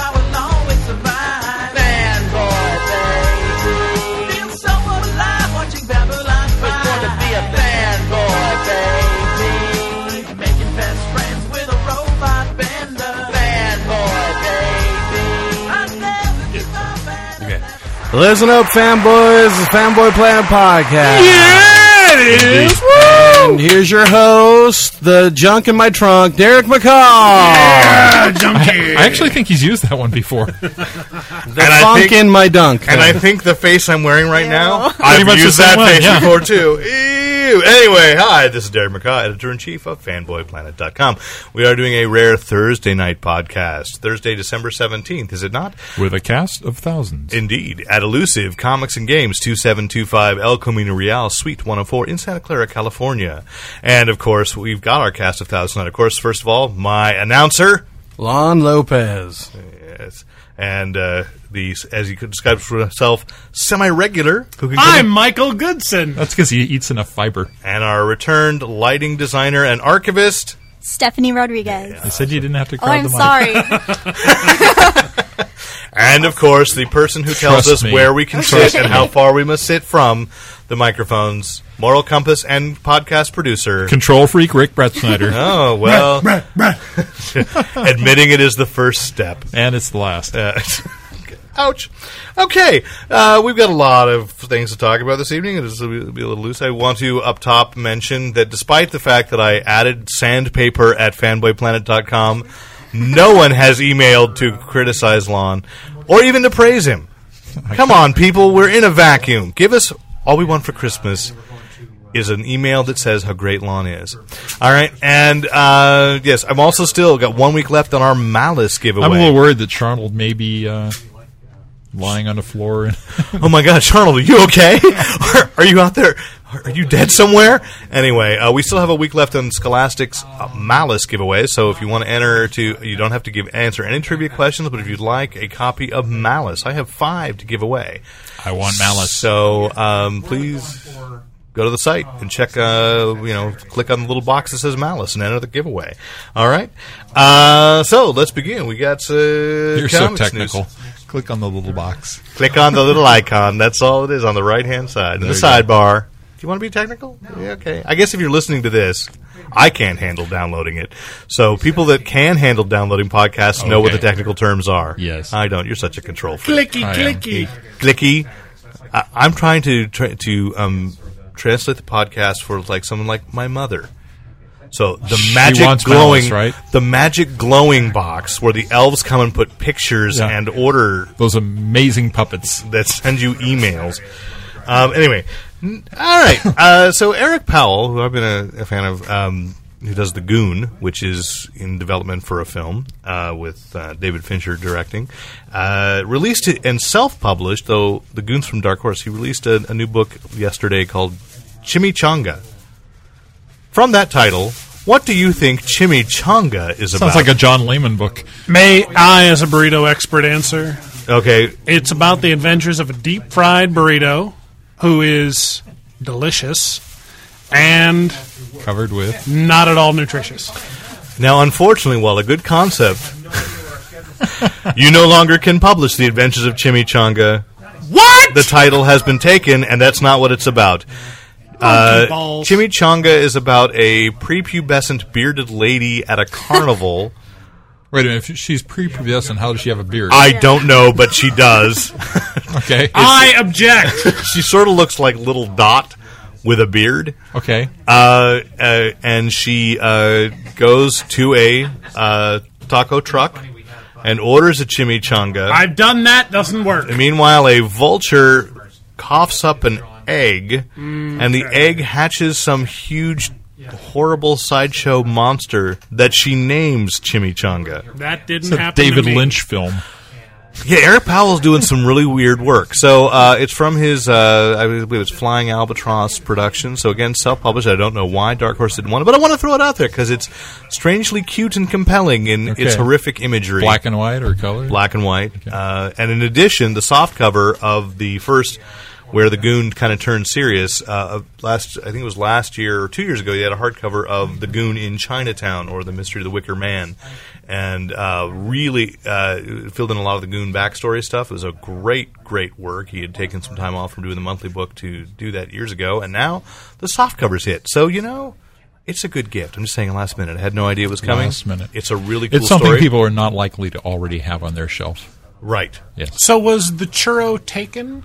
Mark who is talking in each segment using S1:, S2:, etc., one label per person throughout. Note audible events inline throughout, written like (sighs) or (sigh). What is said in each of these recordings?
S1: I will always survive. Fanboy, baby. Feel so alive watching Babylon 5. It's going to be a fanboy, baby. Making best friends with a robot bender. Fanboy, baby. I never give up and
S2: Okay.
S3: Listen up, fanboys. It's Fanboy Planet Podcast.
S2: Yeah, it is. Woo!
S3: And here's your host, the junk in my trunk, Derek McCall.
S2: I actually think he's used that one before.
S3: The
S4: I
S3: funk
S4: think-
S3: in my dunk.
S4: And I think the face I'm wearing
S2: (laughs)
S4: right now, I've
S2: much the
S4: used
S2: same
S4: that
S2: one,
S4: face
S2: yeah.
S4: before too. Ew. Anyway, hi, this is Derek McCaw, editor in chief of fanboyplanet.com. We are doing a rare Thursday night podcast, Thursday, December 17th, is it not?
S2: With a cast of thousands.
S4: Indeed, at Elusive Comics and Games, 2725 El Camino Real, Suite 104 in Santa Clara, California. And of course, we've got our cast of thousands. And of course, first of all, my announcer.
S3: Lon Lopez.
S4: Yes. And uh, the, as he describes himself, semi-regular. Who
S2: Ah,
S4: can
S5: I'm Michael Goodson.
S2: That's because he eats enough fiber.
S4: and our returned lighting designer and archivist.
S6: Stephanie Rodriguez.
S2: I said you didn't have to
S6: Oh,
S2: crowd
S6: I'm
S2: the mic.
S6: sorry.
S2: (laughs)
S4: And of course, the person who tells
S2: Trust
S4: us
S2: me.
S4: where we can sit and how far we must sit from the microphones, moral compass, and podcast producer.
S2: Control freak Rick Brett Snyder.
S4: Oh, (laughs)
S2: (laughs)
S4: well, admitting it is the first step.
S2: and it's the
S4: (laughs)
S2: last.
S4: Uh, ouch. Okay, uh, we've got a lot of things to talk about this evening. It is it'll be a little loose. I want to up top mention that despite the fact that I added sandpaper at fanboyplanet.com, no one has emailed to criticize Lon or even to praise him. Come on, people, we're in a vacuum. Give us all we want for Christmas is an email that says how great Lon is. All right, and uh, yes, I'm also still got one week left on our Malice giveaway.
S2: I'm a little worried that Charnold may be uh, lying on the floor. (laughs) And
S4: oh my God, Arnold, are you okay? (laughs) are, are you out there? Are you dead somewhere? Anyway, uh, we still have a week left on Scholastic's uh, Malice giveaway. So if you want to enter, to you don't have to give answer any trivia questions, but if you'd like a copy of Malice, I have five to give away.
S2: I want malice.
S4: So um, please go to the site and check. Uh, you know, click on the little box that says Malice and enter the giveaway. All right. Uh, so let's begin. We got uh,
S2: You're so
S4: comics news.
S2: technical. Click on the little box.
S4: Click on the little icon. That's all it is on the right hand side in the
S2: There you
S4: sidebar. Do you want to be technical? Yeah, okay. I guess if you're listening to this, I can't handle downloading it. So people that can handle downloading podcasts know what the
S2: Okay.
S4: technical terms are.
S2: Yes.
S4: I don't. You're such a control freak.
S5: Clicky,
S2: I am.
S5: clicky.
S4: Clicky. I, I'm trying to tra- to um, translate the podcast for like someone like my mother. So the
S2: She
S4: magic
S2: wants
S4: glowing,
S2: malice, right?
S4: the magic glowing box where the elves come and put pictures
S2: Yeah.
S4: and order
S2: Those amazing puppets.
S4: that send you emails. Um, anyway, n- all
S2: (laughs)
S4: right. Uh, so Eric Powell, who I've been a, a fan of, um, who does The Goon, which is in development for a film uh, with uh, David Fincher directing, uh, released it and self-published. Though The Goon's from Dark Horse, he released a, a new book yesterday called Chimichanga. From that title, what do you think Chimichanga is
S2: Sounds
S4: about?
S2: like a John Lehman book.
S5: May I, as a burrito expert, answer?
S4: okay.
S5: It's about the adventures of a deep fried burrito who is delicious and
S2: Covered with.
S5: not at all nutritious.
S4: Now, unfortunately, while a good concept, you no longer can publish The Adventures of Chimichanga.
S5: What?
S4: The title has been taken, and that's not what it's about. Uh,
S5: balls.
S4: Chimichanga is about a prepubescent bearded lady at a
S5: (laughs)
S4: carnival.
S2: Wait a minute. If she's prepubescent, how does she have a beard?
S4: I don't know, but she does.
S2: okay.
S5: I
S4: (laughs)
S5: object.
S4: she sort of looks like Little Dot with a beard.
S2: okay.
S4: uh, uh, and she uh, goes to a uh, taco truck and orders a chimichanga.
S5: I've done that. Doesn't work.
S4: Meanwhile, a vulture coughs up an egg, and the egg hatches some huge, horrible sideshow monster that she names Chimichanga.
S5: That didn't
S2: It's a
S5: happen. to
S2: David
S5: me.
S2: Lynch film.
S4: Yeah, Eric Powell's doing some really weird work. So uh, it's from his, uh, I believe it's Flying Albatross production. So again, self-published. I don't know why Dark Horse didn't want it, but I want to throw it out there because it's strangely cute and compelling in its
S2: Okay.
S4: horrific imagery,
S2: Black and white or color?
S4: black and white. Uh, and in addition, the soft cover of the first, where the goon kind of turned serious. Uh, last, I think it was last year or two years ago, they had a hardcover of the goon in Chinatown or the mystery of the Wicker Man, and uh, really uh, filled in a lot of the goon backstory stuff. It was a great, great work. He had taken some time off from doing the monthly book to do that years ago, and now the soft cover's hit. So you know. It's a good gift. I'm just saying, last minute. I had no idea it was coming.
S2: Last minute.
S4: It's a really cool
S2: It's something
S4: story.
S2: people are not likely to already have on their shelves.
S4: right.
S2: Yes,
S5: So was the churro taken?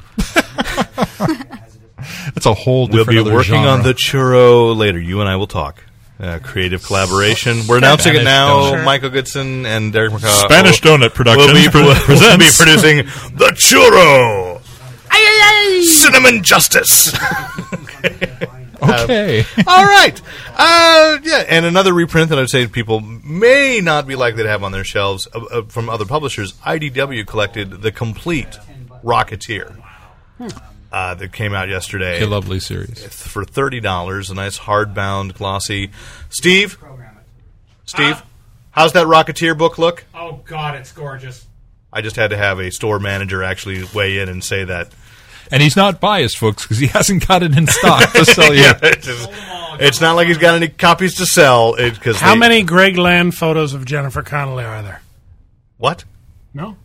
S2: it's a whole.
S4: We'll
S2: Different
S4: be
S2: other
S4: working
S2: genre.
S4: on the churro later. You and I will talk. Uh, creative collaboration. We're announcing it
S2: Spanish
S4: now.
S2: donut.
S4: Michael Goodson and Derek McCaw.
S2: Spanish
S4: will,
S2: Donut
S4: (laughs) will
S2: Productions
S4: uh, be,
S2: pre-
S4: will be
S2: presents.
S4: producing the churro. Cinnamon justice.
S2: (laughs) Okay,
S4: All right. Uh, yeah, and another reprint that I'd say people may not be likely to have on their shelves uh, uh, from other publishers. IDW collected the complete Rocketeer uh, that came out yesterday
S2: a lovely series.
S4: for thirty dollars. A nice hardbound glossy. Steve, Steve, how's that Rocketeer book look?
S5: Oh God, it's gorgeous.
S4: I just had to have a store manager actually weigh in and say that.
S2: And he's not biased, folks, because he hasn't got
S4: (laughs)
S2: it in stock to sell you.
S4: it's, just- it's not like he's got any copies to sell. It, cause
S5: How
S4: they-
S5: many Greg Land photos of Jennifer Connelly are there?
S4: What?
S5: No,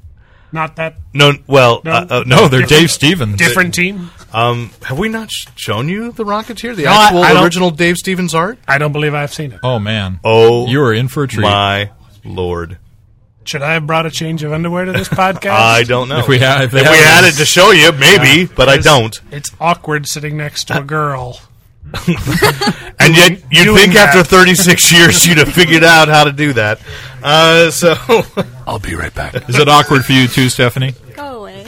S5: not that
S4: No. Well, no.
S5: No.
S4: Uh, uh, no.
S2: No,
S5: (laughs)
S2: they're Dave Stevens.
S5: different team.
S4: Um, have we not sh- shown you the Rocketeer, the
S5: No, I-
S4: actual
S5: I don't-
S4: original Dave Stevens art?
S5: I don't believe I've seen it.
S2: Oh man.
S4: Oh,
S2: you are in for a treat.
S4: My lord,
S5: Should I have brought a change of underwear to this podcast?
S4: I don't know.
S2: If we had, if they
S4: If we had it to show you, maybe, but I
S5: Because
S4: don't.
S5: It's awkward sitting next to a girl.
S4: And yet, you'd
S5: doing
S4: think
S5: that.
S4: after (laughs) 36 years you'd have figured out how to do that. Uh, so, (laughs)
S2: I'll be right back. Is it awkward for you too, Stephanie?
S6: Go away.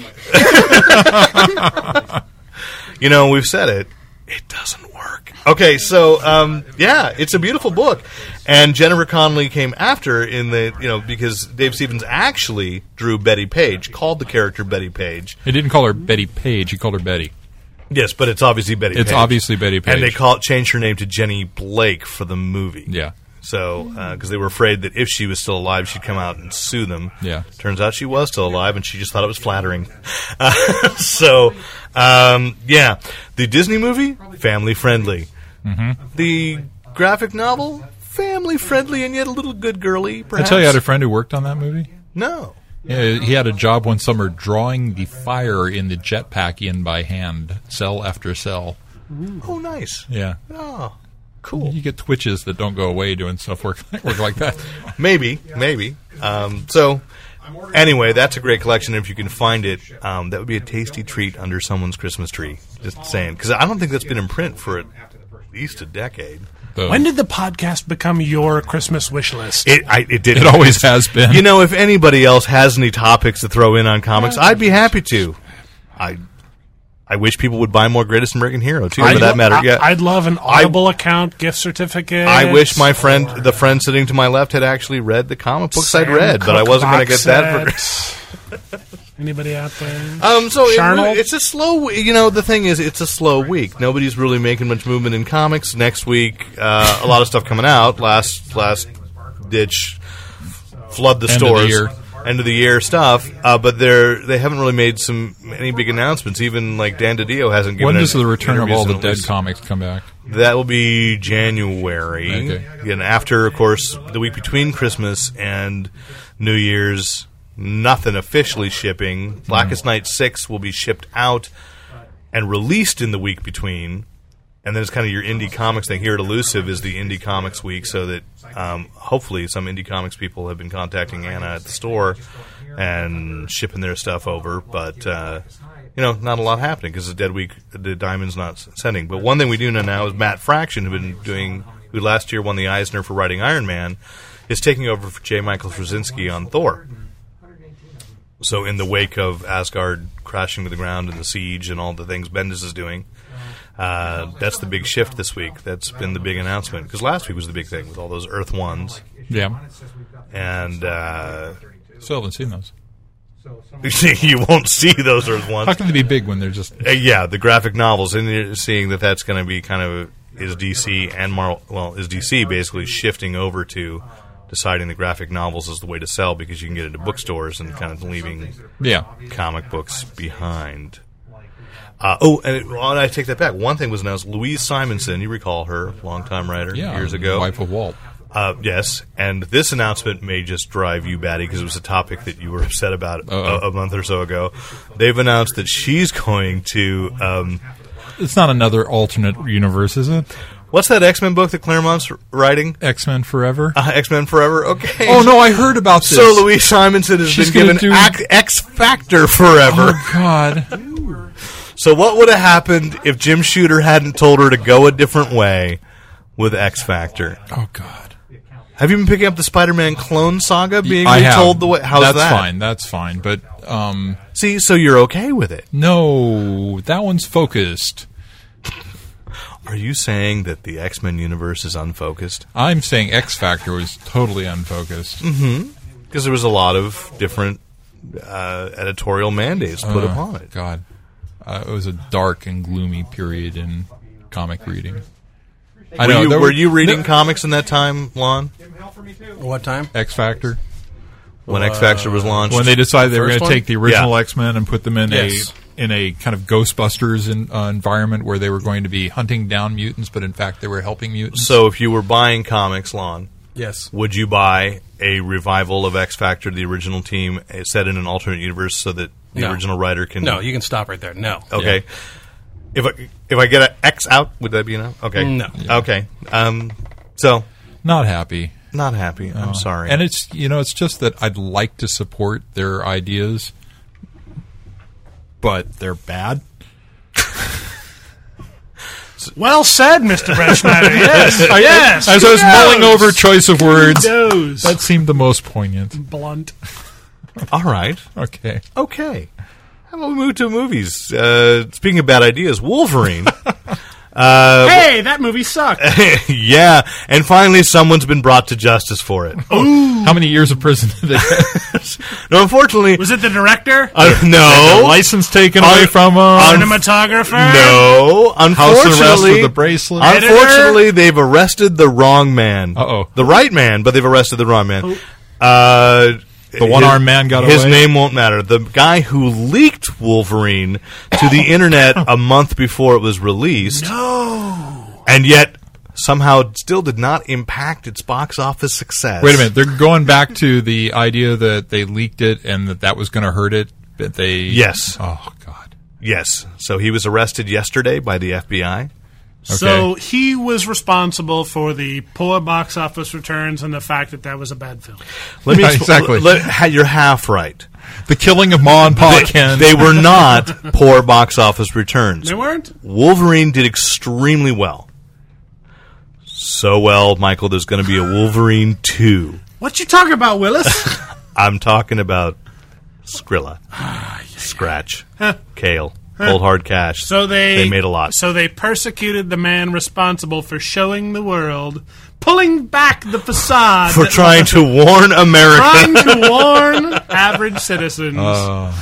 S4: you know, we've said it. It doesn't work. Okay, so um, yeah, it's a beautiful book, and Jennifer Connelly came after in the you know because Dave Stevens actually drew Betty Page, called the character Betty Page.
S2: He didn't call her Betty Page. He called her Betty.
S4: Yes, but it's obviously Betty.
S2: It's
S4: Page.
S2: obviously Betty Page.
S4: and they call changed her name to Jenny Blake for the movie.
S2: Yeah.
S4: So, because they were afraid that if she was still alive, she'd come out and sue them.
S2: Yeah.
S4: Turns out she was still alive, and she just thought it was flattering. (laughs) Uh, so, um, yeah, the Disney movie family friendly,
S2: Mm-hmm.
S4: the graphic novel family friendly, and yet a little good girly.
S2: I
S4: Perhaps.
S2: tell you, I had a friend who worked on that movie.
S4: no.
S2: Yeah, he had a job one summer drawing the fire in the jetpack in by hand, cell after cell.
S4: Oh, nice.
S2: Yeah.
S4: Oh, cool.
S2: You get twitches that don't go away doing stuff work (laughs) work like that.
S4: Maybe, maybe. Um, so, anyway, that's a great collection. If you can find it, um, that would be a tasty treat under someone's Christmas tree. Just saying, because I don't think that's been in print for at least a decade.
S2: The-
S5: When did the podcast become your Christmas wish list?
S4: It, I, it did.
S2: it always has been.
S4: You know, if anybody else has any topics to throw in on comics, I'd be happy to. I, I wish people would buy more Greatest American Hero too, for that matter.
S5: I,
S4: yeah,
S5: would love an Audible account, gift certificate.
S4: I wish my friend, the friend sitting to my left, had actually read the comic books I'd read, but I wasn't going to get that for.
S5: for. Anybody out there?
S4: Um, so it
S5: Charnel?
S4: really- it's a slow. w- You know, the thing is, it's a slow week. Nobody's really making much movement in comics. Next week, uh, a lot of stuff coming out. Last last ditch, flood
S2: End
S4: the
S2: of the
S4: stores.
S2: year.
S4: End of the year stuff. Uh, but they're they haven't really made some any big announcements. Even like Dan DiDio hasn't given.
S2: when does
S4: an-
S2: the return of
S4: interviews
S2: all
S4: in
S2: the
S4: at
S2: dead
S4: least-
S2: comics come back?
S4: that will be January.
S2: Okay.
S4: And after, of course, the week between Christmas and New Year's, nothing officially shipping. Blackest Night 6 will be shipped out and released in the week between. And then it's kind of your indie comics thing. Here at Elusive is the Indie Comics Week, so that um, hopefully some indie comics people have been contacting Anna at the store and shipping their stuff over. But uh, you know, not a lot happening because the dead week, the diamond's not s- sending. But one thing we do know now is Matt Fraction, who've been doing, who last year won the Eisner for writing Iron Man, is taking over for J. Michael Straczynski on Thor. So in the wake of Asgard crashing to the ground and the siege and all the things Bendis is doing, uh, that's the big shift this week. That's been the big announcement because last week was the big thing with all those Earth ones
S2: Yeah.
S4: and uh, (laughs)
S2: Still haven't seen those.
S6: So some
S4: you won't see those Earth ones.
S2: How can they be big when they're just
S4: Uh, yeah, the graphic novels, and you're seeing that that's going to be kind of is DC and Marvel. Well, is DC basically shifting over to deciding the graphic novels is the way to sell because you can get into bookstores and kind of leaving
S2: yeah?
S4: comic books behind. Uh, oh, and, it, well, and I take that back. One thing was announced: Louise Simonson. You recall her, longtime writer,
S2: Yeah,
S4: years ago.
S2: wife of Walt.
S4: Uh, yes, and this announcement may just drive you batty because it was a topic that you were (laughs) upset about a,
S2: Uh-oh.
S4: a month or so ago. They've announced that she's going to. Um,
S2: It's not another alternate universe, is it?
S4: what's that X Men book that Claremont's writing?
S2: X Men Forever.
S4: Uh, X Men Forever? Okay.
S2: oh no, I heard about this.
S4: So Louise Simonson has
S2: She's
S4: been
S2: gonna
S4: given
S2: do-
S4: Ac- X Factor Forever.
S2: Oh God!
S4: So what would have happened if Jim Shooter hadn't told her to go a different way with X Factor?
S2: Oh God!
S4: Have you been picking up the Spider-Man clone saga being
S2: I have.
S4: retold the way? How's
S2: that's
S4: that?
S2: fine. That's fine. But um,
S4: See, so you're okay with it.
S2: no, that one's focused.
S4: Are you saying that the X Men universe is unfocused?
S2: I'm saying X Factor was totally unfocused.
S4: Because there was a lot of different uh, editorial mandates put upon it.
S2: Uh, God, uh, it was a dark and gloomy period in comic reading. I
S4: Were,
S2: know.
S4: you,
S2: there
S4: were, you reading
S2: no-
S4: comics in that time, Lon?
S3: What time?
S2: X Factor
S4: When X Factor was launched?
S2: when they decided they were
S3: First
S2: going to
S3: one?
S2: take the original
S4: Yeah.
S2: X Men and put them in
S3: Yes.
S2: a in a kind of Ghostbusters in, uh, environment where they were going to be hunting down mutants, but in fact they were helping mutants.
S4: so if you were buying comics, Lon,
S3: Yes.
S4: would you buy a revival of X Factor, the original team, eh, set in an alternate universe so that the
S3: No.
S4: original writer can.
S3: No, you can stop right there. No.
S4: Okay. If, I, if I get an X out, would that be enough? Okay.
S3: No.
S4: Okay. Um, so,
S2: Not happy.
S4: not happy. I'm sorry.
S2: And it's you know it's just that I'd like to support their ideas, but they're bad.
S5: Well said, Mr. Brett
S4: (laughs)
S5: Schneider. Yes, yes.
S2: As I was mulling over choice of words,
S5: Those.
S2: that seemed the most poignant.
S5: blunt.
S4: All right.
S2: Okay.
S4: Okay. How about we move to movies? Uh, speaking of bad ideas, Wolverine. (laughs)
S5: hey, that movie sucked.
S4: yeah. And finally, someone's been brought to justice for it.
S2: How many years of prison did they get?
S4: No, unfortunately.
S5: Was it
S4: (laughs)
S5: the director?
S4: uh,
S2: Their
S4: no.
S2: license taken
S4: Un-
S2: away from them.
S5: Cinematographer?
S4: Um, No.
S2: House arrest
S4: Unfortunately.
S2: with the bracelet.
S4: Unfortunately, they've arrested the wrong man.
S2: Uh-oh.
S4: The right man, but they've arrested the wrong man. Uh,
S2: The one-armed man got
S4: his
S2: away?
S4: name won't matter. The guy who leaked Wolverine to
S2: (laughs)
S4: the internet a month before it was released. No. And yet somehow still did not impact its box office success.
S2: Wait a minute. They're going back to the idea that they leaked it and that that was going to hurt it. That they
S4: Yes.
S2: Oh God.
S4: Yes. So he was arrested yesterday by the FBI.
S5: So he was responsible for the poor box office returns and the fact that that was a bad film.
S4: Let
S2: (laughs)
S4: me
S2: Yeah,
S4: expl-
S2: exactly.
S4: let- ha- you're half right.
S2: The killing of Ma and Pa Ken.
S4: They were not poor box office returns.
S5: They weren't?
S4: Wolverine did extremely well. So well, Michael, there's going to be a Wolverine 2.
S5: What you talking about, Willis?
S4: I'm talking about
S5: (sighs)
S4: Skrilla, Scratch, Kale, Cold Hard Cash.
S5: so they
S4: They made a lot.
S5: So they persecuted the man responsible for showing the world, pulling back the facade
S4: for
S5: that-
S4: trying to warn America. (laughs)
S5: trying to warn average citizens.
S4: Uh,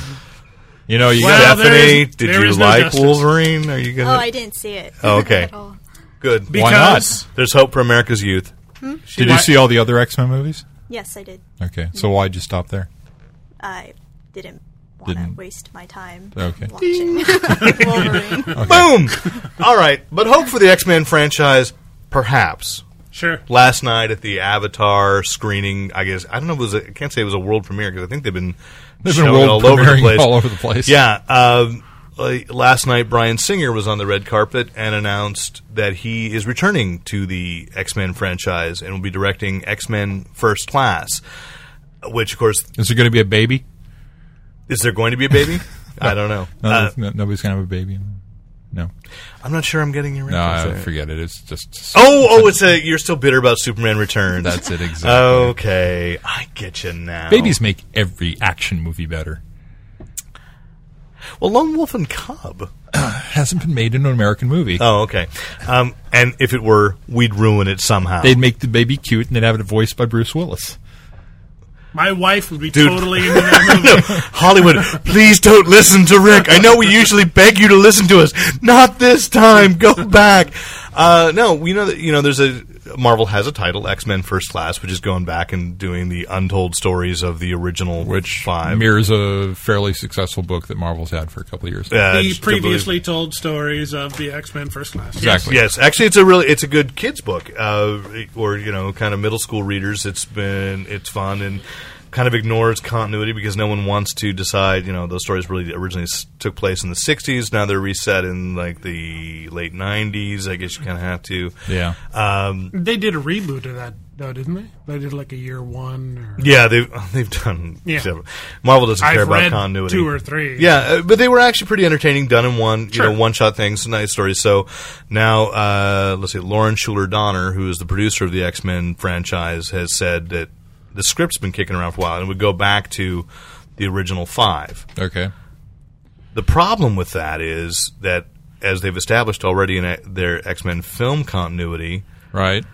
S2: you know, you
S5: Well,
S2: got
S5: there
S4: Stephanie,
S5: is-
S4: did
S5: there
S4: you
S5: is no
S4: like
S5: justice.
S4: Wolverine? Are you going
S7: Oh,
S4: to?
S7: I didn't see it.
S4: Oh, okay.
S7: At all.
S4: Good.
S2: why not?
S5: Because-
S4: There's hope for America's youth.
S2: Did you see all the other X Men movies?
S7: Yes, I did.
S2: Okay. So why'd you stop there?
S7: I didn't want to
S2: Didn't.
S7: waste my time
S2: Okay.
S7: watching (laughs)
S2: (laughs)
S7: Wolverine.
S5: (laughs)
S4: Boom! All right. But hope for the X Men franchise, perhaps.
S5: Sure.
S4: last night at the Avatar screening. I guess I don't know. If it was a, I can't say it was a world premiere because I think they've been
S2: They've been
S4: showing it
S2: world
S4: all over the
S2: premiering
S4: place.
S2: all over the place.
S4: Yeah. Um, like, last night, Brian Singer was on the red carpet and announced that he is returning to the X Men franchise and will be directing X Men First Class. Which, of course,
S2: Is there going to be a baby?
S4: is there going to be a baby?
S2: (laughs)
S4: I don't know.
S2: No,
S4: Uh,
S2: no- nobody's going to have a bababy. No.
S4: I'm not sure. I'm getting your
S2: No,
S4: reference
S2: I
S4: there.
S2: forget it. It's just.
S4: Oh, oh, it's a. You're still bitter about Superman Returns.
S2: That's it, exactly.
S4: (laughs) Oh. Okay, I get you now.
S2: Babies make every action movie better.
S4: Well, Lone Wolf and Cub.
S2: Hasn't been made in an American movie.
S4: Oh, okay. Um, and if it were, we'd ruin it somehow.
S2: They'd make the baby cute and they'd have it voiced by Bruce Willis.
S5: My wife would be
S4: Dude.
S5: totally into
S4: (laughs)
S5: that movie.
S4: Hollywood, please don't listen to Rick. I know we usually beg you to listen to us. Not this time. Go back. Uh, no, we know that you know. There's a Marvel has a title, X Men First Class, which is going back and doing the untold stories of the original,
S2: which
S4: five.
S2: mirrors a fairly successful book that Marvel's had for a couple of years.
S4: Yeah,
S5: the
S4: it's-
S5: previously told stories of the X Men First Class.
S2: Exactly.
S4: Yes, actually, it's a really it's a good kids book, uh, or you know, kind of middle school readers. It's been it's fun and kind of ignores continuity because no one wants to decide. You know, those stories really originally s- took place in the '60s. Now they're reset in like the late '90s. I guess you kind of have to.
S2: Yeah.
S4: Um,
S5: They did a reboot of that though, didn't they? They did like a year one. Or,
S4: yeah, they've (laughs) they've done.
S5: Yeah.
S4: several- Marvel doesn't care
S5: I've
S4: about
S5: read
S4: continuity.
S5: two or three.
S4: Yeah, uh, but they were actually pretty entertaining, done in one,
S5: Sure.
S4: you know, one shot things, nice stories. So now, uh, let's see, Lauren Schuler Donner, who is the producer of the X Men franchise, has said that the script's been kicking around for a while and would go back to the original five.
S2: Okay.
S4: The problem with that is that, as they've established already in uh, their X Men film continuity, (laughs)
S2: Right.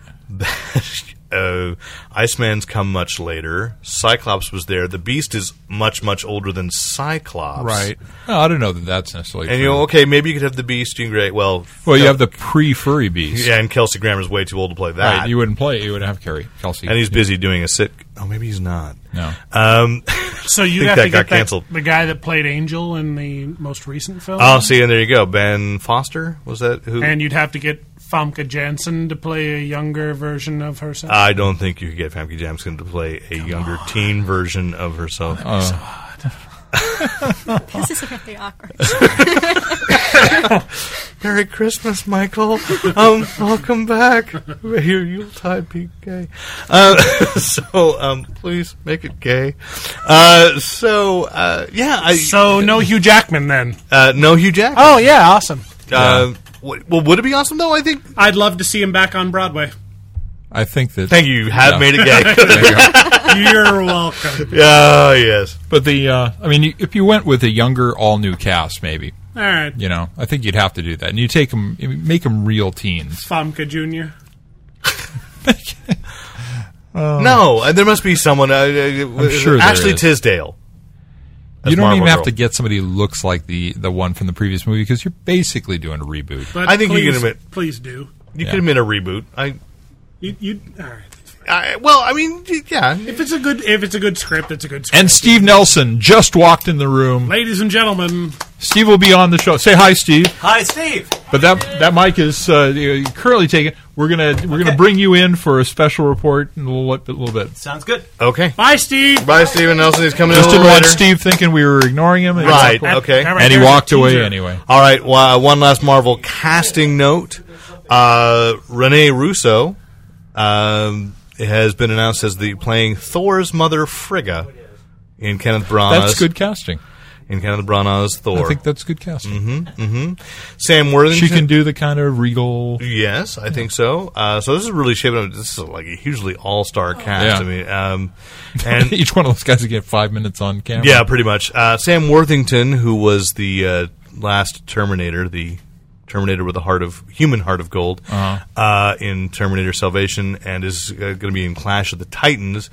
S4: uh, Iceman's come much later. Cyclops was there. The Beast is much, much older than Cyclops.
S2: No, I don't know that that's necessarily.
S4: And
S2: true.
S4: you know, okay, maybe you could have the Beast, Jean Grey. Well,
S2: well, you
S4: Kel-
S2: have the pre-furry beast.
S4: yeah, and Kelsey Grammer's way too old to play that.
S2: Right. You wouldn't play. it, You would have Carrie Kelsey.
S4: Uh, and he's busy doing a sit. Oh, maybe he's not.
S2: No.
S4: Um,
S5: So you
S4: Think
S5: have
S4: that
S5: to
S4: got
S5: get that,
S4: canceled.
S5: the guy that played Angel in the most recent film.
S4: oh, see, and there you go. Ben Foster was that who?
S5: and you'd have to get Famke Janssen to play a younger version of herself.
S4: I don't think you could get Famke Jamskin to play a younger teen version of herself.
S2: Uh.
S7: This is really awkward.
S4: Merry Christmas, Michael. Um, welcome back. May your Yuletide be gay. Uh, (laughs) so, um, please make it gay. Uh, so, uh, yeah, I,
S5: so no Hugh Jackman then.
S4: uh, no Hugh Jackman.
S5: Oh yeah, awesome.
S4: Uh, w- well, would it be awesome though? I think.
S5: I'd love to see him back on Broadway.
S2: I think that.
S4: Thank you. You have
S2: Yeah.
S4: made it gay.
S2: (laughs) There you go.
S4: (laughs)
S5: You're welcome.
S4: oh yes.
S2: But the, uh, I mean, you- if you went with a younger, all new cast, maybe
S5: All right,
S2: you know, I think you'd have to do that, and you take them, make them real teens.
S5: Famke Junior.
S4: (laughs) no, uh, there must be someone. Uh, uh, uh,
S2: sure there
S4: Ashley
S2: is.
S4: Tisdale. That's
S2: you don't
S4: Marvel
S2: even have
S4: Girl.
S2: to get somebody who looks like the the one from the previous movie because you're basically doing a reboot.
S5: But
S4: I think you
S5: please,
S4: can admit-
S5: Please do.
S4: You
S2: Yeah.
S4: could admit a reboot. I,
S5: You, you all right.
S4: I. Well, I mean, y- yeah.
S5: If it's a good, if it's a good script, it's a good script.
S2: And Steve Nelson just walked in the room.
S5: Ladies and gentlemen,
S2: Steve will be on the show. Say hi, Steve.
S6: Hi, Steve.
S2: But that that mic is uh, currently taken. We're gonna we're gonna bring you in for a special report in a little, bit- little bit.
S6: Sounds good.
S4: Okay.
S5: bye, Steve.
S4: Bye, Steven Nelson. He's coming
S2: Just
S4: in a
S2: didn't
S4: little
S2: want
S4: later.
S2: Steve thinking we were ignoring him. And-
S4: Right.
S5: That-
S4: Okay.
S5: that right
S2: And he
S5: there's a
S2: walked away
S5: teaser.
S2: anyway.
S4: All right. Well, one last Marvel casting note. Uh, Rene Russo um, has been announced as the playing Thor's mother Frigga in Kenneth Branagh's
S2: That's good casting.
S4: in Kenneth Branagh's Thor.
S2: I think that's good casting.
S4: Sam Worthington.
S2: She can do the kind of regal.
S4: Yes, I think so. Uh, so this is really shaping up. This is like a hugely all star cast.
S2: Yeah.
S4: I mean,
S2: (laughs)
S4: um, and
S2: Each one of those guys would get five minutes on camera.
S4: yeah, pretty much. Uh, Sam Worthington, who was the uh, last Terminator, the Terminator with a heart of human heart of gold,
S2: Uh-huh.
S4: uh in Terminator Salvation, and is uh, going to be in Clash of the Titans.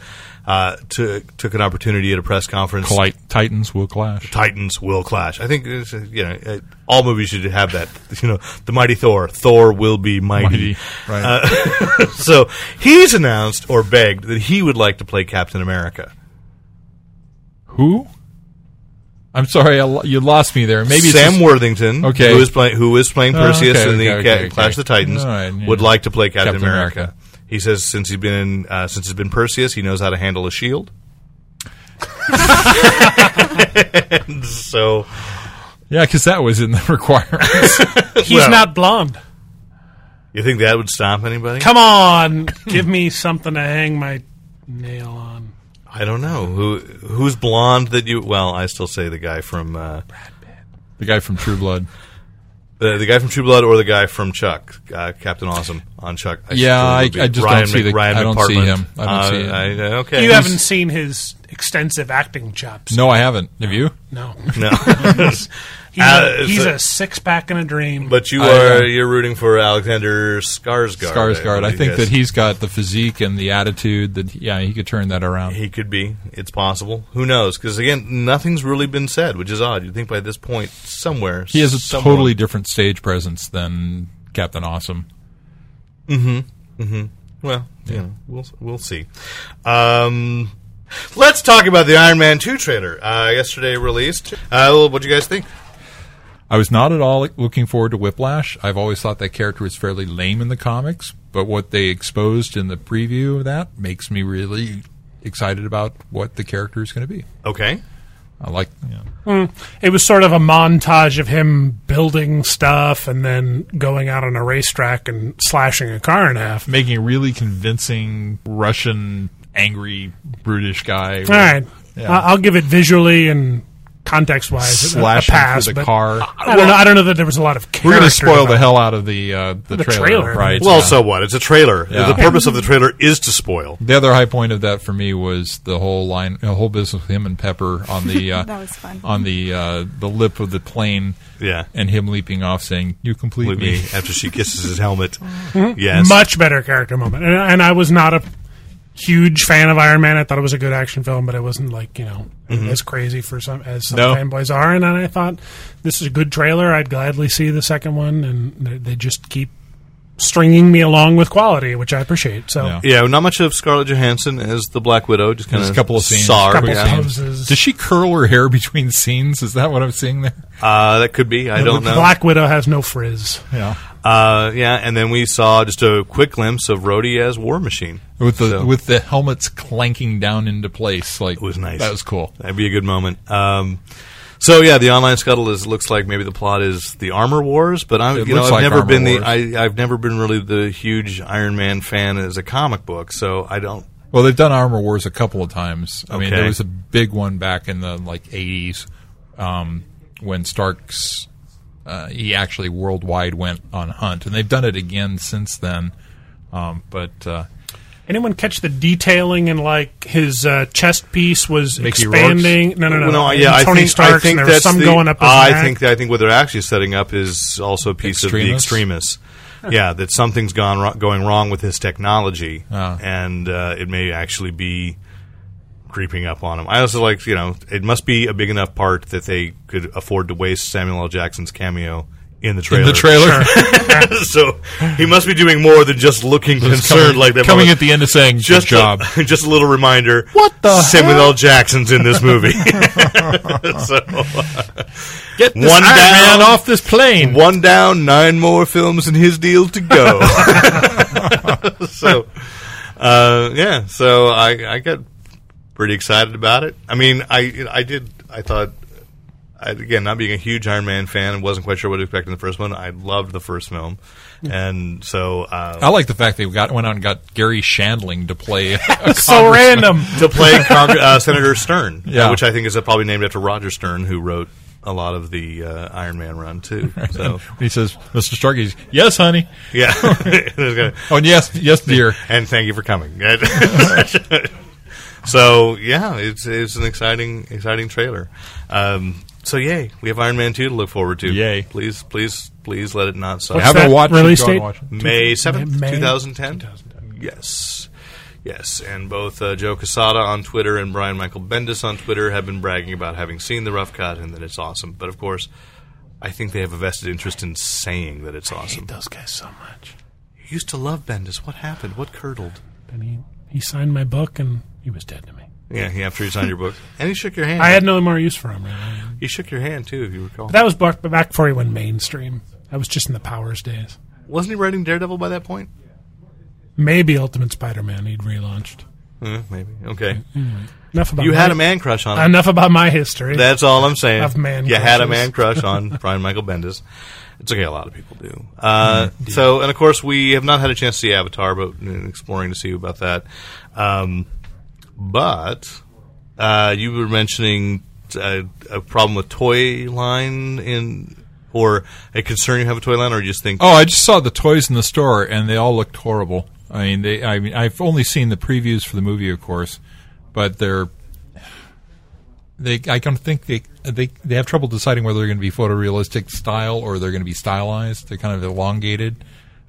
S4: Uh, to, took an opportunity at a press conference.
S2: Polite Titans will clash.
S4: Titans will clash. I think it's, uh, you know uh, all movies should have that. (laughs) You know, the mighty Thor. Thor will be
S2: Mighty. Right. Uh,
S4: so he's announced or begged that he would like to play Captain America.
S2: Who? I'm sorry, I, lo- you lost me there. Maybe it's
S4: Sam
S2: just-
S4: Worthington,
S2: Okay.
S4: who is playing who is playing
S2: Oh,
S4: Perseus
S2: okay,
S4: in the
S2: okay,
S4: Ca-
S2: okay, okay.
S4: Clash of the Titans,
S2: All right, yeah.
S4: would like to play Captain,
S2: Captain
S4: America.
S2: America.
S4: He says since he's been uh, since he's been Perseus, he knows how to handle
S2: (laughs)
S4: a shield. (laughs) so
S2: yeah, because that was in the (laughs) requirements.
S5: He's
S4: Well-
S5: not blonde.
S4: you think that would stop anybody?
S5: Come on, give me something to hang my nail on.
S4: I don't know who who's blonde that you. Well, I still say the guy from uh,
S2: the guy from True Blood.
S4: the, the guy from True Blood or the guy from Chuck, uh, Captain Awesome. on Chuck.
S2: Yeah,
S4: still
S2: I-
S4: would be.
S2: I just
S4: Ryan
S2: don't see
S4: Mc-
S2: the-
S4: Ryan
S2: I don't see
S4: McPartland.
S2: him. I don't
S4: Uh,
S2: see him.
S4: I- okay,
S5: You
S4: He's-
S5: haven't seen his extensive acting chops.
S2: No, I haven't. Have you? (laughs)
S5: No. (laughs)
S4: No,
S5: He's,
S4: Uh,
S5: a, he's
S4: so-
S5: a six pack and a dream.
S4: but you
S2: I,
S4: are
S2: uh,
S4: you're rooting for Alexander Skarsgård.
S2: Skarsgård. I think
S4: guess.
S2: that he's got the physique and the attitude that yeah he could turn that around.
S4: He could be. It's possible. Who knows? Because again, nothing's really been said, which is odd. You'd think by this point, somewhere,
S2: He has a
S4: someone-
S2: totally different stage presence than Captain Awesome.
S4: Well, you know, we'll we'll see. Um, let's talk about the Iron Man two trailer uh, yesterday released. Uh, what do you guys think?
S2: I was not at all looking forward to Whiplash. I've always thought that character was fairly lame in the comics, but what they exposed in the preview of that makes me really excited about what the character is going to be.
S4: Okay,
S2: I like. Yeah.
S5: It was sort of a montage of him building stuff and then going out on a racetrack and slashing a car in half.
S2: making a really convincing Russian angry brutish guy.
S5: All right.
S2: Yeah.
S5: I- I'll give it visually and context wise a, a
S2: Slashing
S5: pass.
S2: through the
S5: but
S2: car.
S5: I don't, know, I don't know that there was a lot of character.
S2: We're going to spoil the
S5: development.
S2: hell out of the uh, the,
S5: The
S2: trailer,
S5: trailer.
S2: right?
S4: well,
S2: yeah.
S4: so what? It's a trailer.
S2: Yeah.
S4: The purpose of the trailer is to spoil.
S2: the other high point of that for me was the whole line, the whole business with him and Pepper on the uh,
S6: That was fun.
S2: on the uh, the lip of the plane,
S4: Yeah.
S2: and him leaping off saying, "You complete
S4: With
S2: me." Mm-hmm.
S4: me after she kisses his helmet. Yes.
S5: Much better character moment. And, and I was not a huge fan of Iron Man. I thought it was a good action film, but it wasn't like, you know,
S4: Mm-hmm.
S5: as crazy for some as some
S2: No.
S5: fanboys are. And then I thought this is a good trailer. I'd gladly see the second one. And they, they just keep stringing me along with quality, which I appreciate. So.
S2: Yeah.
S4: Yeah, not much of Scarlett Johansson as the Black Widow. Just kind
S2: (laughs) There's a couple of scenes.
S4: Sarg.
S5: Couple
S4: Yeah.
S5: poses.
S2: Does she curl her hair between scenes? Is that what I'm seeing there?
S4: Uh, that could be. I don't know.
S5: Black Widow has no frizz.
S2: Yeah,
S4: Uh, yeah, and then we saw just a quick glimpse of Rhodey as War Machine.
S2: with the
S4: So-
S2: with the helmets clanking down into place. Like it
S4: was nice.
S2: That was cool.
S4: That'd be a good moment. Um, so yeah, the online scuttle is looks like maybe the plot is the armor wars, but I,
S2: It
S4: you know,
S2: looks
S4: I've
S2: like
S4: never
S2: Armor
S4: been
S2: Wars.
S4: the I, I've never been really the huge Iron Man fan as a comic book, so I don't.
S2: Well, they've done Armor Wars a couple of times. I mean,
S4: Okay.
S2: there was a big one back in the like '80s um, when Stark's uh, he actually worldwide went on hunt, and they've done it again since then. Um, but uh,
S5: Anyone catch the detailing and like his uh, chest piece was
S2: Mickey Rourke's?
S5: expanding? No, no, no.
S4: Well, yeah,
S5: And
S4: I
S5: Tony
S4: think
S5: Stark's
S4: I think
S5: and there was
S4: that's
S5: some
S4: the,
S5: going up. His
S4: I
S5: back.
S4: think I think what they're actually setting up is also a piece of the
S2: Extremists?
S4: extremists. Yeah, that something's gone wrong, going wrong with his technology,
S2: Ah.
S4: and uh, it may actually be creeping up on him. I also like, you know, it must be a big enough part that they could afford to waste Samuel L. Jackson's cameo in the trailer.
S2: in the trailer (laughs)
S4: (laughs) so he must be doing more than just looking
S2: It's
S4: concerned
S2: coming,
S4: like that.
S2: coming
S4: moment.
S2: at the end of saying
S4: just
S2: "good job."
S4: A, (laughs) just a little reminder.
S2: What the
S4: Samuel
S2: hell?
S4: L. Jackson's in this (laughs) movie. so
S2: Get
S4: this One Iron down. Man off
S2: this plane.
S4: one down, nine more films in his deal to go. (laughs) so uh, yeah, so I I got pretty excited about it. I mean, I I did I thought. I, again, not being a huge Iron Man fan, and wasn't quite sure what to expect in the first one. I loved the first film, and so uh,
S2: I like the fact they got went out and got Gary Shandling to play. (laughs) a
S5: (laughs) so random.
S4: to play
S2: (laughs)
S4: Cong- uh, Senator Stern,
S2: Yeah.
S4: uh, which I think is uh, probably named after Roger Stern, who wrote a lot of the uh, Iron Man run
S2: (laughs)
S4: too. So
S2: he says, "Mr. Stark, he's yes, honey.
S4: yeah, (laughs) It was gonna-
S2: Oh, and yes, yes, dear."
S4: and thank you for coming. (laughs) so yeah, it's it's an exciting exciting trailer. Um, so yay, we have Iron Man two to look forward to.
S2: Yay.
S4: Please please please let it not suck.
S5: What's
S2: Haven't
S5: that
S2: watched it,
S5: release
S2: go and
S5: date?
S2: watch it.
S4: May seventh,
S5: May-
S4: two thousand ten. Yes. Yes, and both uh, Joe Casada on Twitter and Brian Michael Bendis on Twitter have been bragging about having seen the rough cut and that it's awesome. But of course, I think they have a vested interest in saying that it's awesome.
S5: Those guys so much.
S4: You used to love Bendis. What happened? What curdled?
S5: And he, he signed my book and he was dead to me.
S4: Yeah, he after he signed your book, (laughs) and he shook your hand.
S5: I had no more use for him. Really.
S4: he shook your hand too, if you recall.
S5: But that was back back before he went mainstream. That was just in the Powers days.
S4: Wasn't he writing Daredevil by that point?
S5: Maybe Ultimate Spider-Man he'd relaunched.
S4: Uh, maybe. Okay,
S5: Enough about
S4: you
S5: my,
S4: had a man crush on him.
S5: Enough about my history.
S4: That's all I'm saying.
S5: Of man
S4: you had a
S5: crushes.
S4: man crush on (laughs) Brian Michael Bendis. It's okay. A lot of people do. Uh,
S5: Mm-hmm.
S4: so, and of course, we have not had a chance to see Avatar, but uh, exploring to see about that. Um, but uh, you were mentioning uh, a problem with toy line in or a concern you have with Toyland, or you just think
S2: Oh, I just saw the toys in the store, and they all looked horrible. I mean, they. I mean, I've only seen the previews for the movie, of course, but they're. They, I don't think they they they have trouble deciding whether they're going to be photorealistic style or they're going to be stylized. They're kind of elongated,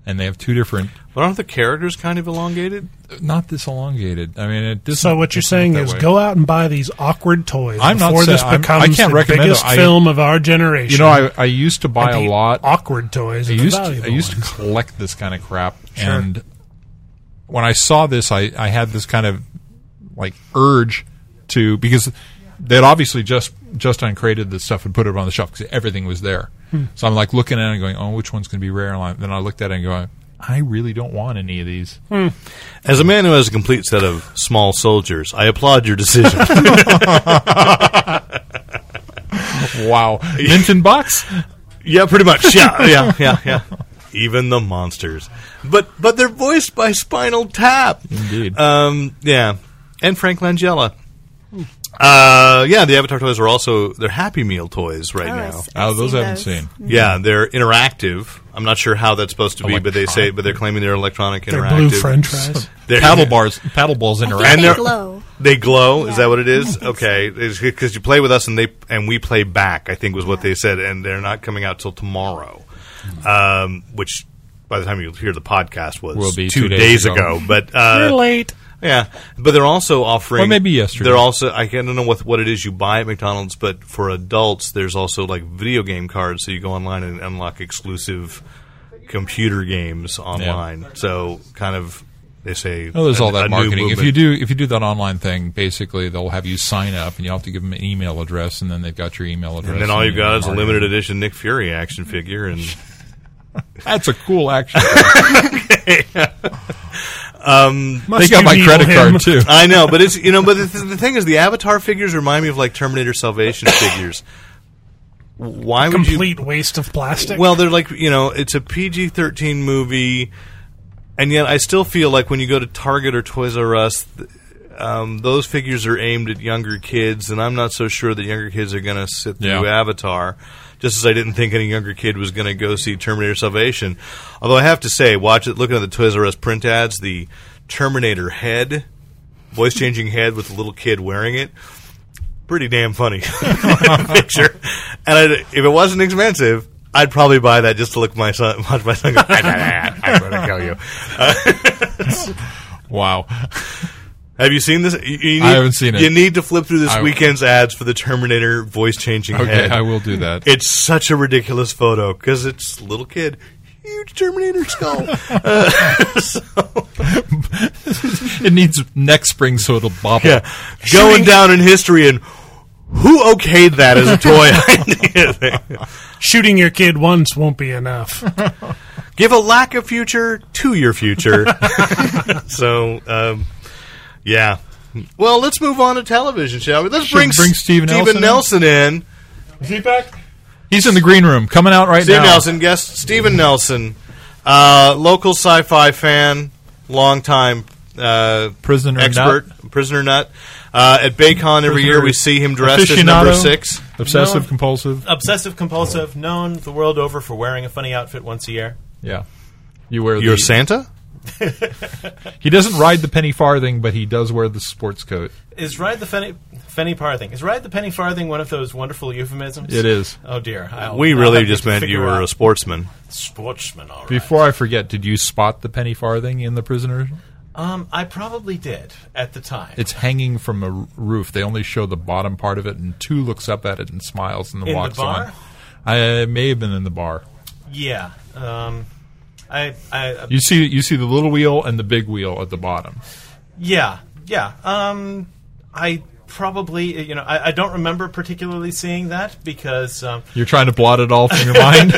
S2: and they have two different.
S4: but aren't the characters kind of elongated?
S2: Not this elongated. I mean, it doesn't.
S5: So what you're
S2: it's not
S5: saying
S2: that
S5: is
S2: way.
S5: go out and buy these awkward toys
S2: I'm not
S5: before
S2: saying-
S5: this
S2: I'm- I
S5: becomes
S2: can't
S5: the
S2: recommend
S5: biggest
S2: it. I-
S5: film of our generation.
S2: You know, I I used to buy
S5: And
S2: a
S5: the
S2: lot.
S5: awkward toys.
S2: I
S5: are the
S2: used
S5: valuable
S2: I used to
S5: ones.
S2: collect this kind of crap, and when I saw this, I I had this kind of like urge to because they'd obviously just just uncrated the stuff and put it on the shelf because everything was there.
S4: Hmm.
S2: So I'm like looking at it and going, oh, which one's going to be rare? And I- then I looked at it and going, I really don't want any of these.
S4: Hmm. As a man who has a complete set of small soldiers, I applaud your decision.
S5: (laughs)
S4: (laughs)
S2: wow, Minton box.
S4: yeah, pretty much.
S7: (laughs)
S4: Yeah, yeah, yeah, yeah. Even the monsters, but but they're voiced by Spinal Tap.
S2: Indeed.
S4: Um, yeah, and Frank Langella.
S7: Hmm.
S4: Uh, yeah, the Avatar toys are also they're Happy Meal toys right
S7: Oh, I
S4: now.
S7: s-
S2: Oh,
S7: I've
S2: those
S7: seen
S2: I haven't seen.
S4: Yeah, they're interactive. I'm not sure how that's supposed to be, but they say, but they're claiming they're electronic
S5: They're
S4: interactive.
S5: blue
S2: (laughs)
S5: French fries.
S4: They're-
S2: Paddle bars, paddle balls
S7: I think
S2: interact.
S4: And
S7: they
S4: they're-
S7: glow.
S4: They glow. Is
S7: Yeah.
S4: that what it
S7: (laughs)
S4: is? Okay, because you play with us and they and we play back. I think was what they said, and they're not coming out till tomorrow, um, which by the time you hear the podcast was
S2: Will be
S4: two,
S2: two
S4: days,
S2: days
S4: ago.
S2: ago.
S4: But uh,
S5: You're late.
S4: yeah, but they're also offering.
S2: Or maybe yesterday.
S4: They're also. I can't- I don't know what what it is you buy at McDonald's, but for adults, there's also like video game cards, so you go online and unlock exclusive computer games online. So kind of they say.
S2: Oh, there's
S4: a-
S2: all
S4: a
S2: that
S4: new
S2: marketing. If
S4: movement.
S2: you do if you do that online thing, basically they'll have you sign up and you will have to give them an email address, and then they've got your email address.
S4: And then all you've
S2: you
S4: got is a
S2: market
S4: limited
S2: it.
S4: edition Nick Fury action figure, and (laughs)
S2: That's a cool (laughs) action. they
S5: Must
S2: got
S5: you
S2: my
S5: kneel
S2: credit
S5: him?
S2: card (laughs) too.
S4: I know, but it's you know, but the, th- the thing is, the Avatar figures remind me of like Terminator Salvation figures. Why would you?
S5: (laughs) Complete waste of plastic.
S4: Well, they're like you know, it's a PG thirteen movie, and yet I still feel like when you go to Target or Toys R Us, th- um, those figures are aimed at younger kids, and I'm not so sure that younger kids are going to sit through
S2: Yeah.
S4: Avatar. Just as I didn't think any younger kid was going to go see Terminator Salvation, although I have to say, watch it. Looking at the Toys R Us print ads, the Terminator head, voice changing head with a little kid wearing it, pretty damn funny (laughs) picture. And I'd, if it wasn't expensive, I'd probably buy that just to look my son, (laughs) watch my son go. "Ah, I'm going to kill you.
S2: Wow.
S4: Have you seen this? You, you need,
S2: I haven't seen it.
S4: You need to flip through this
S2: I-
S4: weekend's ads for the Terminator voice changing
S2: Okay,
S4: head.
S2: I will do that.
S4: It's such a ridiculous photo because it's little kid. Huge
S2: (laughs)
S4: Terminator skull. Uh, so,
S2: It needs next spring, so it'll bobble.
S4: yeah, going down in history and who okayed that as a
S2: (laughs)
S4: toy idea? (laughs)
S5: Shooting your kid once won't be enough.
S4: give a lack of future to
S2: (laughs)
S4: your future. so, um, yeah. Well, let's move on to television, shall we? Let's
S2: Should
S4: bring,
S2: bring
S4: S-
S2: Steven Nelson in?
S4: Nelson in.
S2: He's in the green room, coming out right
S4: Steven
S2: now.
S4: Nelson, guest Steven Nelson, uh, local sci-fi fan, longtime uh,
S2: Prisoner
S4: expert, prisoner nut. Uh, at BayCon every year, we see him dressed as number
S2: Aficionado.
S4: six.
S2: obsessive
S6: No.
S2: compulsive.
S6: Obsessive compulsive, known the world over for wearing a funny outfit once a year.
S2: Yeah, you wear.
S4: You're
S2: the,
S4: Santa.
S2: He doesn't ride the penny farthing, but he does wear the sports coat.
S6: Is ride the penny, penny farthing? Is ride the penny farthing one of those wonderful euphemisms?
S2: It is.
S6: Oh dear. I'll-
S4: We
S6: I'll
S4: really
S6: have to
S4: just meant you
S6: figure
S4: were
S6: out-
S4: a sportsman.
S6: (laughs) sportsman. All right.
S2: Before I forget, did you spot the penny farthing in the prisoner?
S6: um, I probably did at the time.
S2: It's hanging from a r- roof. They only show the bottom part of it, and two looks up at it and smiles and then
S6: In the
S2: walks
S6: bar?
S2: on. I it may have been in the bar.
S6: yeah. Um, I, I
S2: You see, you see the little wheel and the big wheel at the bottom.
S6: Yeah, yeah. Um, I probably, you know, I, I don't remember particularly seeing that because um,
S2: You're trying to blot it all from your
S4: (laughs)
S2: mind.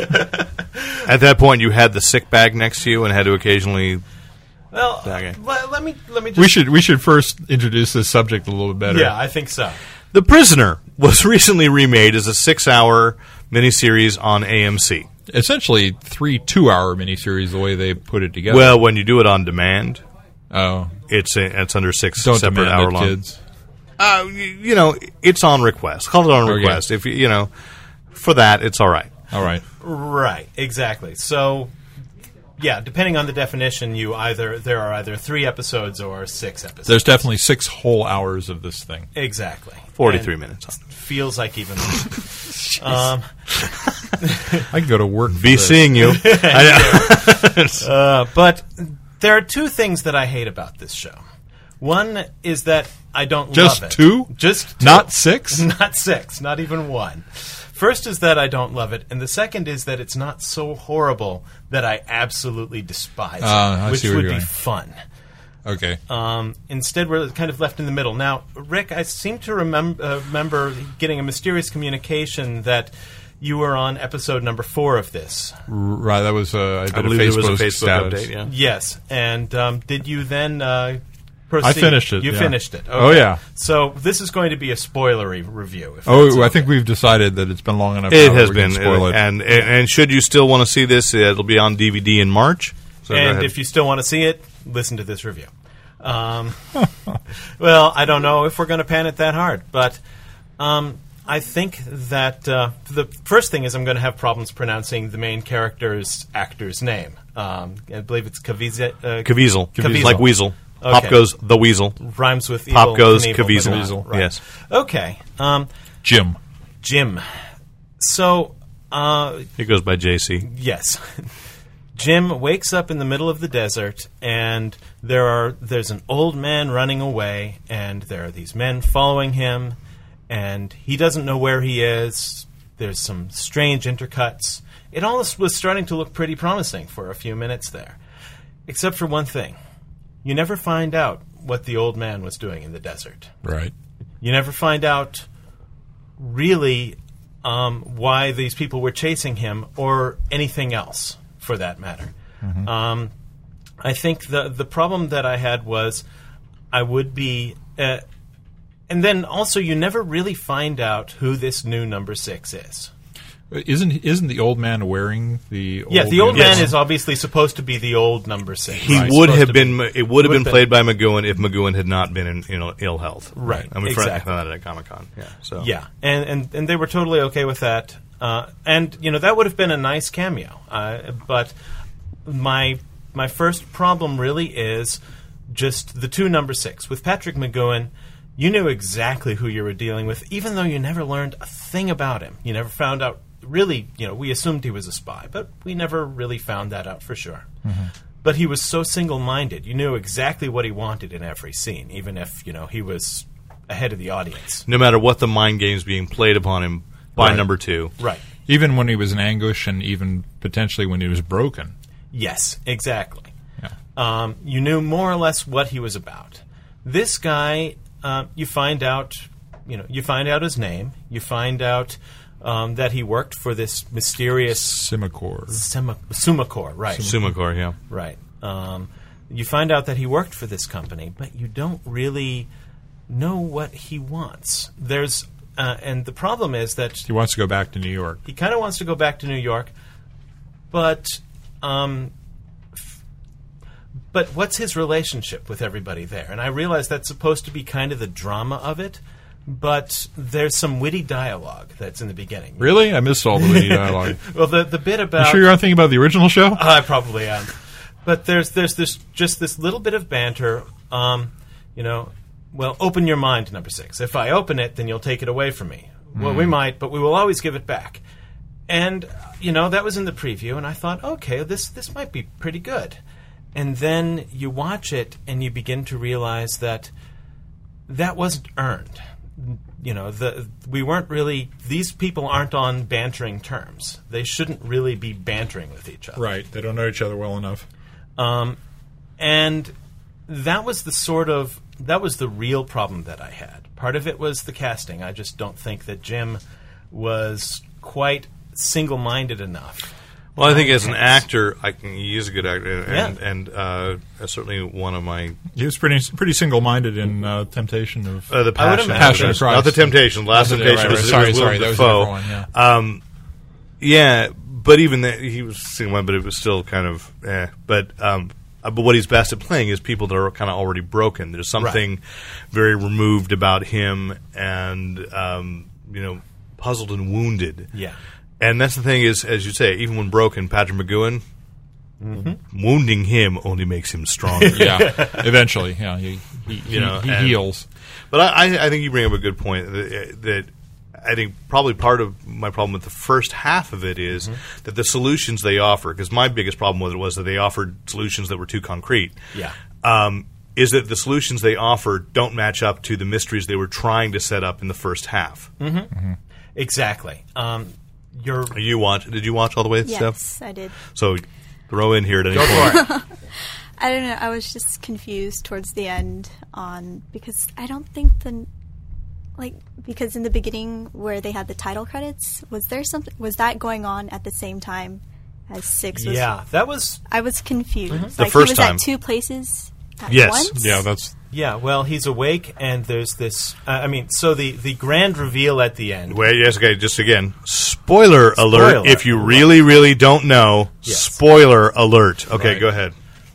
S4: At that point, you had the sick bag next to you and had to occasionally
S6: well,
S4: Okay.
S6: le- let me let me just.
S2: we should we should first introduce this subject a little bit better.
S6: Yeah, I think so.
S4: The Prisoner was (laughs) recently remade as a six-hour miniseries on AMC.
S2: essentially three two-hour miniseries the way they put it together.
S4: Well, when you do it on demand,
S2: oh,
S4: it's it's under 6
S2: don't
S4: separate
S2: demand it,
S4: hour-long.
S2: kids.
S4: Uh, y- you know, it's on request. Call it on
S2: Okay.
S4: request. If you you know, for that, it's all right.
S2: All right.
S6: Right, exactly. So, yeah, depending on the definition, you either there are either three episodes or six episodes.
S2: There's definitely six whole hours of this thing.
S6: exactly
S4: 43
S6: And
S4: minutes.
S6: Feels like even.
S2: (laughs)
S6: um,
S2: I can go to work.
S4: Be seeing
S6: (laughs)
S4: you. I,
S6: uh, but there are two things that I hate about this show. One is that I don't
S2: Just
S6: love it.
S2: two?
S6: Just two.
S2: Not six?
S6: (laughs) not six, not even one. First is that I don't love it, and the second is that it's not so horrible that I absolutely despise
S2: Ah, I
S6: it, which
S2: see where
S6: would be
S2: you're going.
S6: fun.
S2: Okay.
S4: Uh,
S6: Um, instead, we're kind of left in the middle. Now, Rick, I seem to remem- uh, remember getting a mysterious communication that you were on episode number four of this.
S2: right. That was, uh, I did
S4: I (laughs) believe
S2: a
S4: it
S2: Facebook,
S4: was a Facebook
S2: status.
S4: update. Yeah.
S6: Yes, and um, did you then uh, proceed?
S2: finished it,
S6: You
S2: yeah.
S6: finished it.
S2: Oh,
S6: okay.
S2: yeah.
S6: So this is going to be a spoilery review. If
S2: Oh,
S6: that's
S2: I
S6: okay.
S2: think we've decided that it's been long enough.
S4: It
S2: now
S4: has
S2: that we can
S4: been, uh,
S2: Spoil it.
S4: and, and and should you still want to see this, it'll be on DVD in March. So go
S6: and
S4: ahead.
S6: if you still want to see it, listen to this review. Um, (laughs) well, I don't know if we're going to pan it that hard, but um, I think that uh, the first thing is I'm going to have problems pronouncing the main character's actor's name. Um, I believe it's Kavize, uh,
S4: Caviezel.
S6: Caviezel.
S4: like weasel. Pop
S6: Okay.
S4: goes the weasel.
S6: rhymes with
S4: Pop
S6: evil
S4: goes
S6: Knievel, but
S4: Caviezel.
S6: not,
S4: Caviezel,
S6: right.
S4: yes.
S6: Okay. Um,
S2: Jim.
S6: Jim. So. Uh,
S4: It goes by JC.
S6: Yes. Jim wakes up in the middle of the desert and there are there's an old man running away and there are these men following him and he doesn't know where he is. There's some strange intercuts. It all was starting to look pretty promising for a few minutes there. Except for one thing. You never find out what the old man was doing in the desert
S2: Right.
S6: you never find out really um, why these people were chasing him or anything else for that matter. Um, I think the the problem that I had was I would be, uh, and then also you never really find out who this new number six is.
S2: Isn't isn't the old man wearing the?
S6: Yeah, the old man
S2: uniform?
S6: is obviously supposed to be the old number six.
S4: He
S6: right?
S4: would
S6: Supposed
S4: have
S6: to be-
S4: been. It would have
S6: Would
S4: been
S6: been.
S4: played by McGowan if McGowan had not been in, in ill health.
S6: Right,
S4: I mean,
S6: exactly.
S4: found that at Comic Con. Yeah. So
S6: Yeah, and, and and they were totally okay with that. Uh, and you know that would have been a nice cameo, uh, but my my first problem really is just the two number six with Patrick McGowan. You knew exactly who you were dealing with, even though you never learned a thing about him. You never found out. Really, you know, we assumed he was a spy, but we never really found that out for sure. But he was so single minded. You knew exactly what he wanted in every scene, even if you know he was ahead of the audience.
S4: No matter what the mind games being played upon him by
S2: Right.
S4: number two.
S6: Right.
S2: even when he was in anguish, and even potentially when he was broken.
S6: Yes, exactly.
S2: Yeah.
S6: Um, you knew more or less what he was about. This guy, uh, you find out, you know, you find out his name. You find out um, that he worked for this mysterious
S2: Simicor.
S6: Sema- Sumacor, right?
S4: Sumacor. Yeah.
S6: Right. Um, you find out that he worked for this company, but you don't really know what he wants. There's, uh, and the problem is that
S2: He wants to go back to New York.
S6: he kind of wants to go back to New York, but um, f- but what's his relationship with everybody there? And I realize that's supposed to be kind of the drama of it, but there's some witty dialogue that's in the beginning.
S2: Really, I missed all the witty dialogue.
S6: Well, uh, the the bit about
S2: You sure you aren't thinking about the original show?
S6: (laughs) I probably am. But there's there's this just this little bit of banter. Um, you know, well, open your mind, number six. If I open it, then you'll take it away from me. Well, we might, but we will always give it back. And uh, you know that was in the preview, and I thought, okay, this this might be pretty good. And then you watch it, and you begin to realize that that wasn't earned. You know, the we weren't really these people aren't on bantering terms. They shouldn't really be bantering with each other.
S2: Right. They don't know each other well enough.
S6: Um, and that was the sort of that was the real problem that I had. Part of it was the casting. I just don't think that Jim was quite single-minded enough.
S4: Well, I think as an actor, I can. He is a good actor, and
S6: Yeah.
S4: and uh, certainly one of my
S2: He was pretty pretty single minded in uh, Temptation of
S4: Uh, the
S6: I would
S4: Passion,
S6: imagine.
S2: Passion of Christ.
S4: not the Temptation. The Last
S2: That's it,
S4: Temptation
S2: right,
S4: was,
S2: right. Sorry,
S4: was
S2: sorry,
S4: Willem
S2: that was a
S4: Dafoe.
S2: different one,
S4: Um, yeah, but even that he was seeing one, but it was still kind of. Eh. But um, uh, but what he's best at playing is people that are kind of already broken. There's something very removed about him, and um, you know, puzzled and wounded.
S6: Yeah.
S4: And that's the thing is, as you say, even when broken, Patrick McGowan, wounding him only makes him stronger.
S2: yeah,
S4: (laughs)
S2: eventually, yeah, he, he, he-
S4: Uh, know,
S2: he
S4: and-
S2: heals.
S4: But I, I, I think you bring up a good point that, that I think probably part of my problem with the first half of it is
S6: Mm-hmm.
S4: that the solutions they offer, because my biggest problem with it was that they offered solutions that were too concrete.
S6: Yeah.
S4: Um, is that the solutions they offer don't match up to the mysteries they were trying to set up in the first half?
S6: Hmm. Exactly. Um, you're
S4: You watch? Did you watch all the way, Steph?
S7: Yes, I did.
S4: So throw in here at any point.
S7: I don't know. I was just confused towards the end on because I don't think the like because in the beginning where they had the title credits was there something was that going on at the same time as six? Was,
S6: yeah. That was
S7: I was confused.
S6: Mm-hmm.
S7: Like
S4: first
S7: he was
S4: time.
S7: at two places at
S4: Yes.
S7: once.
S2: Yeah, that's
S6: yeah. Well, he's awake, and there's this. Uh, I mean, so the the grand reveal at the end.
S4: Well, yes, okay, just again, spoiler, alert.
S6: Spoiler.
S4: If you really, really don't know,
S6: Yes.
S4: spoiler alert. Okay,
S6: Right.
S4: go ahead.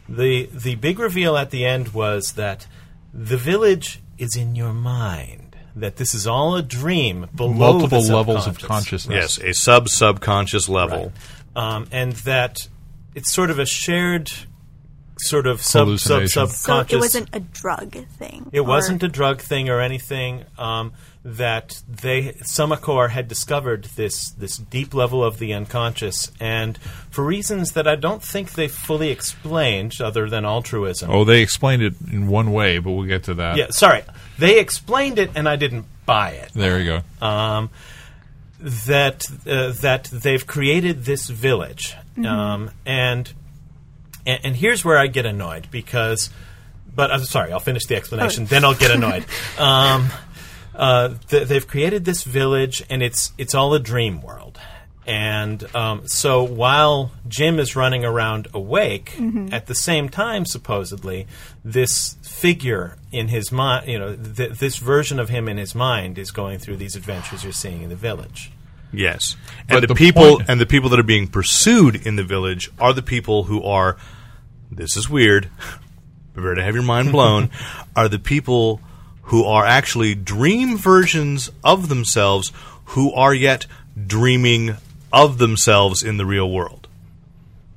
S6: The the big reveal at the end was that the village is in your mind. That this is all a dream below
S2: multiple
S6: the
S2: levels of
S6: subconscious.
S2: consciousness.
S4: Yes, a sub subconscious level.
S6: um, and that it's sort of a shared sort of sub sub
S2: Hallucination.
S6: subconscious.
S7: So it wasn't a drug thing.
S6: It
S7: or-
S6: wasn't a drug thing or anything. Um, that they Sumacor had discovered this this deep level of the unconscious, and for reasons that I don't think they fully explained, other than altruism.
S2: Oh, they explained it in one way, but we'll get to that.
S6: Yeah, sorry, they explained it, and I didn't buy it.
S2: There you go.
S4: Uh.
S6: um, that uh, that they've created this village, um, and, and and here's where I get annoyed because, but I'm sorry, I'll finish the explanation, then I'll get annoyed. um, uh, th- they've created this village, and it's it's all a dream world. And um, so while Jim is running around awake, at the same time, supposedly, this figure in his mind, you know, th- this version of him in his mind is going through these adventures you're seeing in the village.
S4: Yes.
S2: But
S4: And the,
S2: the
S4: people
S2: point-
S4: and the people that are being pursued in the village are the people who are this is weird. (laughs) Prepare to have your mind blown. are the people who are actually dream versions of themselves who are yet dreaming of themselves in the real world.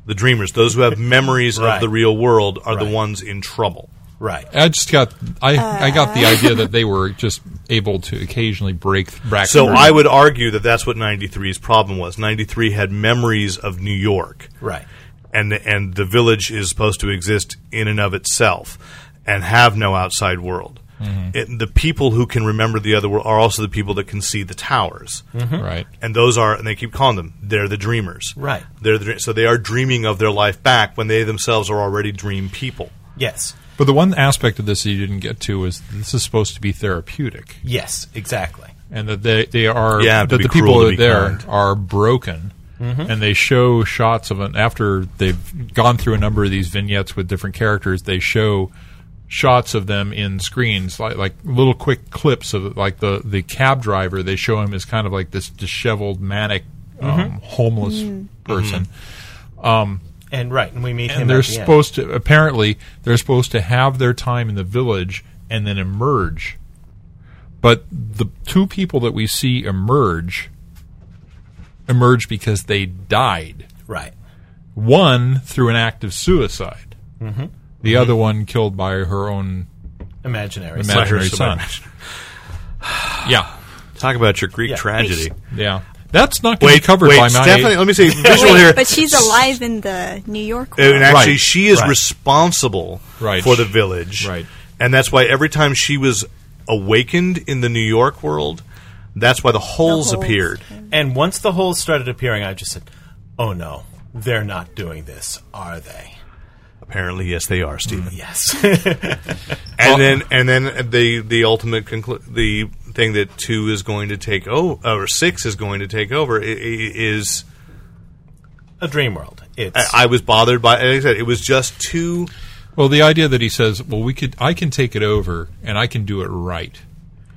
S4: The dreamers, those who have memories
S6: Right.
S4: of the real world are the
S6: Right.
S4: ones in trouble.
S6: Right.
S2: I just got I I got the idea that they were just able to occasionally break back.
S4: So
S2: through.
S4: I would argue that that's what 93's problem was. 93 had memories of New York.
S6: Right.
S4: and and the village is supposed to exist in and of itself and have no outside world. It, the people who can remember the other world are also the people that can see the towers,
S2: right.
S4: and those are and they keep calling them. They're the dreamers,
S6: Right.
S4: They're the, dr- so they are dreaming of their life back when they themselves are already dream people.
S6: Yes.
S2: But the one aspect of this that you didn't get to is this is supposed to be therapeutic,
S6: Yes. Exactly.
S2: and that they they are
S4: Yeah, to
S2: that
S4: be
S2: the
S4: cruel,
S2: people that
S4: to be
S2: are there
S4: kind. Mm-hmm.
S2: are broken. And they show shots of an after they've gone through a number of these vignettes with different characters. They show shots of them in screens, like, like little quick clips of like the the cab driver. They show him as kind of like this disheveled, manic,
S4: Mm-hmm.
S2: um, homeless person.
S6: And right. And we meet him.
S2: and they're
S6: at the end.
S2: supposed to apparently they're supposed to have their time in the village and then emerge but the two people that we see emerge emerge because they died
S6: Right.
S2: one through an act of suicide
S4: Mm-hmm.
S2: the other one killed by her own
S6: Imaginary.
S2: imaginary
S4: so
S2: son (sighs) yeah
S4: Talk about your Greek
S6: Yeah.
S4: tragedy.
S2: yeah that's not going to
S4: Wait,
S2: be covered
S4: wait,
S2: by my
S4: Stephanie. Let me see visual
S7: Wait,
S4: here.
S7: but she's alive in the New York. World.
S4: And actually,
S2: Right.
S4: she is
S6: Right.
S4: responsible
S2: Right.
S4: for the village.
S2: Right.
S4: And that's why every time she was awakened in the New York world, that's why the holes,
S7: holes.
S4: appeared.
S6: And once the holes started appearing, I just said, "Oh no, they're not doing this, are they?"
S4: Apparently, yes, they are, Stephen.
S2: Mm,
S6: Yes. (laughs)
S2: Oh.
S4: And then, and then the the ultimate conclu- the thing that two is going to take over, or six is going to take over i- i- is.
S6: a dream world. It's
S4: I, I was bothered by. Like I said, it was just too.
S2: well the idea that he says well we could i can take it over and i can do it right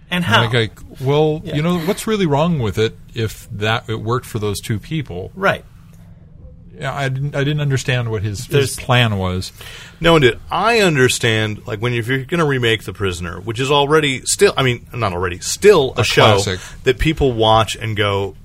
S6: and how
S2: Like, like, well, you know, what's really wrong with it if that it worked for those two people?
S6: right.
S2: Yeah, I didn't, I didn't understand what his, his
S6: There's-
S2: plan was.
S4: No one did. I understand, like when you're, if you're going to remake The Prisoner, which is already still, I mean, not already, still a, show
S2: classic.
S4: that people watch and go,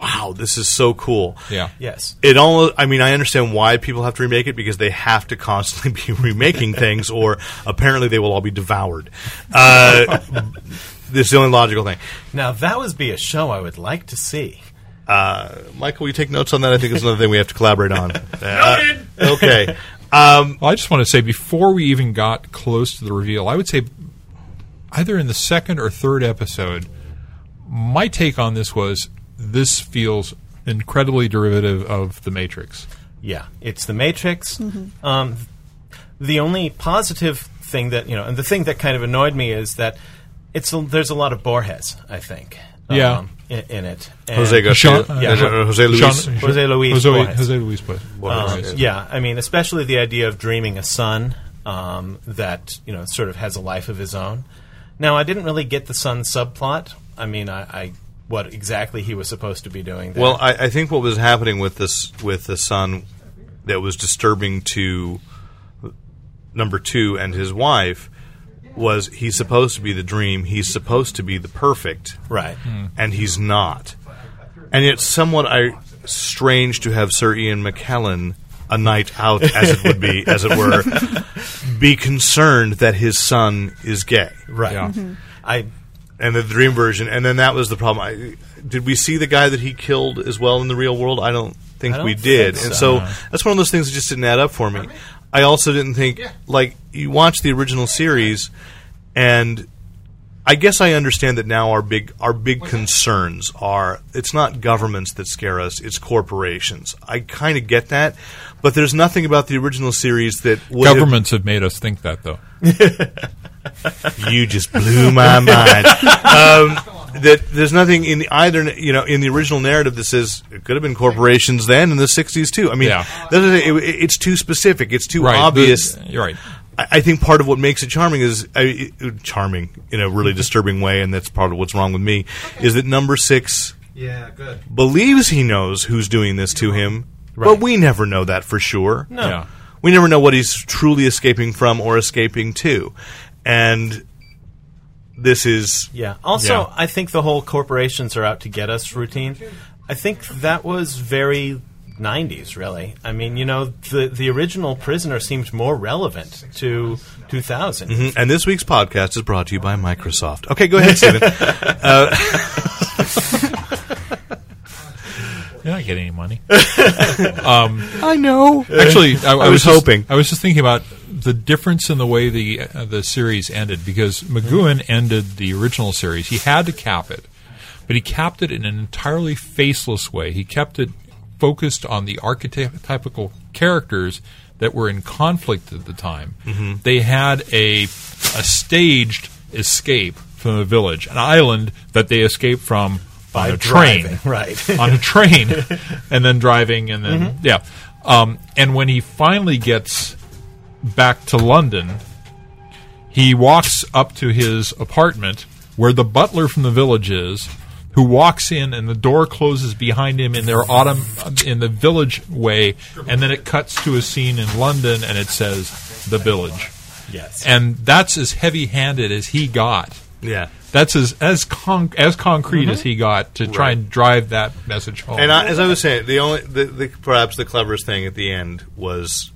S4: wow, this is so cool.
S2: Yeah.
S6: Yes.
S4: It all I mean, I understand why people have to remake it because they have to constantly (laughs) be remaking things, or apparently they will all be devoured. Uh, (laughs) this is the only logical thing.
S6: Now that would be a show I would like to see.
S4: Uh, Michael, will you take notes on that? I think it's another thing we have to collaborate on. Uh, okay. Um,
S2: Well, I just want to say before we even got close to the reveal, I would say either in the second or third episode, my take on this was this feels incredibly derivative of The Matrix.
S6: Yeah, it's the Matrix. Um, the only positive thing that you know, and the thing that kind of annoyed me is that it's a, there's a lot of Borges, I think.
S2: Yeah.
S6: um, in, in it. And-
S4: Jose Garcia.
S2: Sean- uh,
S4: yeah,
S6: Sean-
S4: Jose Luis.
S2: Sean-
S6: Jose Luis
S2: Jose,
S6: Juarez.
S2: Jose Luis Juarez.
S6: Um,
S2: Juarez.
S6: yeah, I mean, especially the idea of dreaming a son um, that you know sort of has a life of his own. Now, I didn't really get the son subplot. I mean, I, I what exactly he was supposed to be doing. There.
S4: Well, I, I think what was happening with this with the son that was disturbing to number two and his wife was he's supposed to be the dream, he's supposed to be the perfect,
S6: right.
S4: and he's not. And it's somewhat I, strange to have Sir Ian McKellen, a night out as it would be, as it were, be concerned that his son is gay,
S6: Right. Mm-hmm.
S2: Yeah.
S6: I
S4: and the dream version, and then that was the problem. I, did we see the guy that he killed as well in the real world? I don't think
S6: I don't
S4: we did,
S6: think
S4: and
S6: so.
S4: so that's one of those things that just didn't add up for me. I also didn't think like you watch the original series, and I guess I understand that now our big our big concerns are it's not governments that scare us, it's corporations. I kind of get that, but there's nothing about the original series that would have-
S2: Governments have made us think that, though.
S4: you just
S2: (laughs)
S4: blew my mind. Um, that there's nothing in the either you know in the original narrative that says it could have been corporations then in the 60s too. I mean,
S2: Yeah.
S4: that's the thing, it- it's too specific. It's too
S2: Right. the-
S4: obvious.
S2: you're right.
S4: I I think part of what makes it charming is I, it- charming in a really disturbing way, and that's part of what's wrong with me is that number six
S8: Yeah, good.
S4: believes he knows who's doing this to him, but we never know that for sure.
S6: no.
S2: Yeah.
S4: We never know what he's truly escaping from or escaping to. And this is
S6: Yeah. Also,
S4: Yeah.
S6: I think the whole corporations are out to get us routine. I think that was very 90s, really. I mean, you know, the the original Prisoner seems more relevant to 2000.
S4: and this week's podcast is brought to you by Microsoft. Okay, go ahead, Steven.
S2: You're not getting any money.
S4: I know.
S2: (laughs) Actually, (laughs) I, I
S4: was
S2: just-
S4: hoping.
S2: I was just thinking about the difference in the way the uh, the series ended because McGowan ended the original series. He had to cap it, but he capped it in an entirely faceless way. He kept it focused on the archetypical characters that were in conflict at the time.
S6: Mm-hmm.
S2: They had a a staged escape from a village, an island that they escaped from by on a train
S6: driving, (laughs)
S2: (laughs)
S6: right. Mm-hmm.
S2: on a
S6: (laughs)
S2: train and then driving and then yeah um, and when he finally gets back to london he walks up to his apartment where the butler from the village is who walks in and the door closes behind him in their autumn in the village way and then it cuts to a scene in london and it says the village
S6: Yes.
S2: and that's as heavy-handed as he got
S4: Yeah.
S2: that's as as con- as concrete as he got to try and drive that message home.
S4: Mm-hmm. And I, as I was saying, the only the, the perhaps the cleverest thing at the end was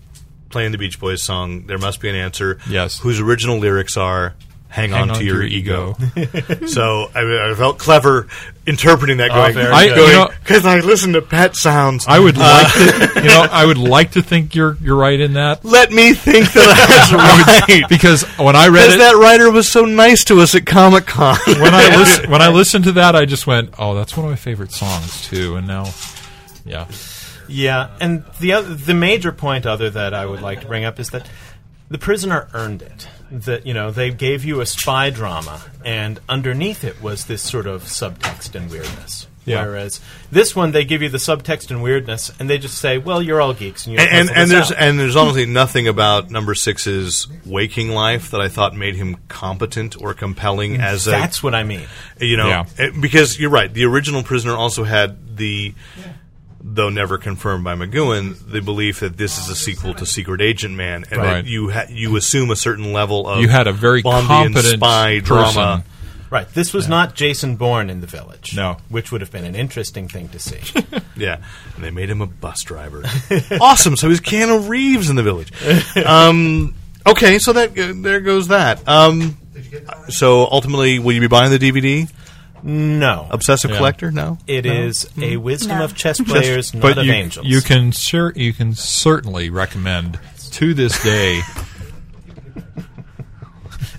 S4: playing the Beach Boys song "There Must Be an Answer."
S2: Yes.
S4: whose original lyrics are "Hang,
S2: Hang
S4: on, to your, ego."
S2: ego.
S4: (laughs) so I, mean, I felt clever interpreting that. Going,
S6: very
S2: I- good. you know-
S4: because I listen to Pet Sounds.
S2: I
S4: (laughs)
S2: would like to, you know, I would like to think you're you're right in that
S4: let me
S2: (laughs)
S4: think that I was right.
S2: because when I read
S4: Because
S2: it,
S4: that writer was so nice to us at Comic Con.
S2: (laughs) when
S4: (laughs)
S2: I listen, when I listened to that, I just went, "Oh, that's one of my favorite songs too." And now, yeah,
S6: Yeah, and the other, the major point other that I would like to bring up is that the prisoner earned it. That you know they gave you a spy drama, and underneath it was this sort of subtext and weirdness.
S2: Yeah.
S6: Whereas this one, they give you the subtext and weirdness, and they just say, "Well, you're all geeks," and you
S4: and, and, and there's and there's honestly nothing about number six's waking life that I thought made him competent or compelling as a
S6: that's what I mean.
S4: you know
S2: Mm, Yeah.
S4: eh, because you're right the original prisoner also had the though never confirmed by McGowan the belief that this is a sequel to Secret Agent Man and
S2: Right.
S4: that you ha- you assume a certain level of
S2: you had a very
S4: Bondi and
S2: competent
S4: spy
S2: person
S4: drama
S6: Right. This was not Jason Bourne in the village.
S2: No.
S6: Which would have been an interesting thing
S2: (laughs)
S6: to see.
S4: Yeah, and they made him a bus driver. awesome. So he's Keanu Reeves in the village. Um, okay, so that uh, there goes that. Um, so ultimately, will you be buying the DVD?
S6: no.
S4: Obsessive
S2: Yeah.
S4: collector? No.
S6: It is a wisdom
S7: No.
S6: of chess players, not of
S2: Mm-hmm. you,
S6: angels.
S2: you can cer- you can certainly recommend to this day.
S4: (laughs)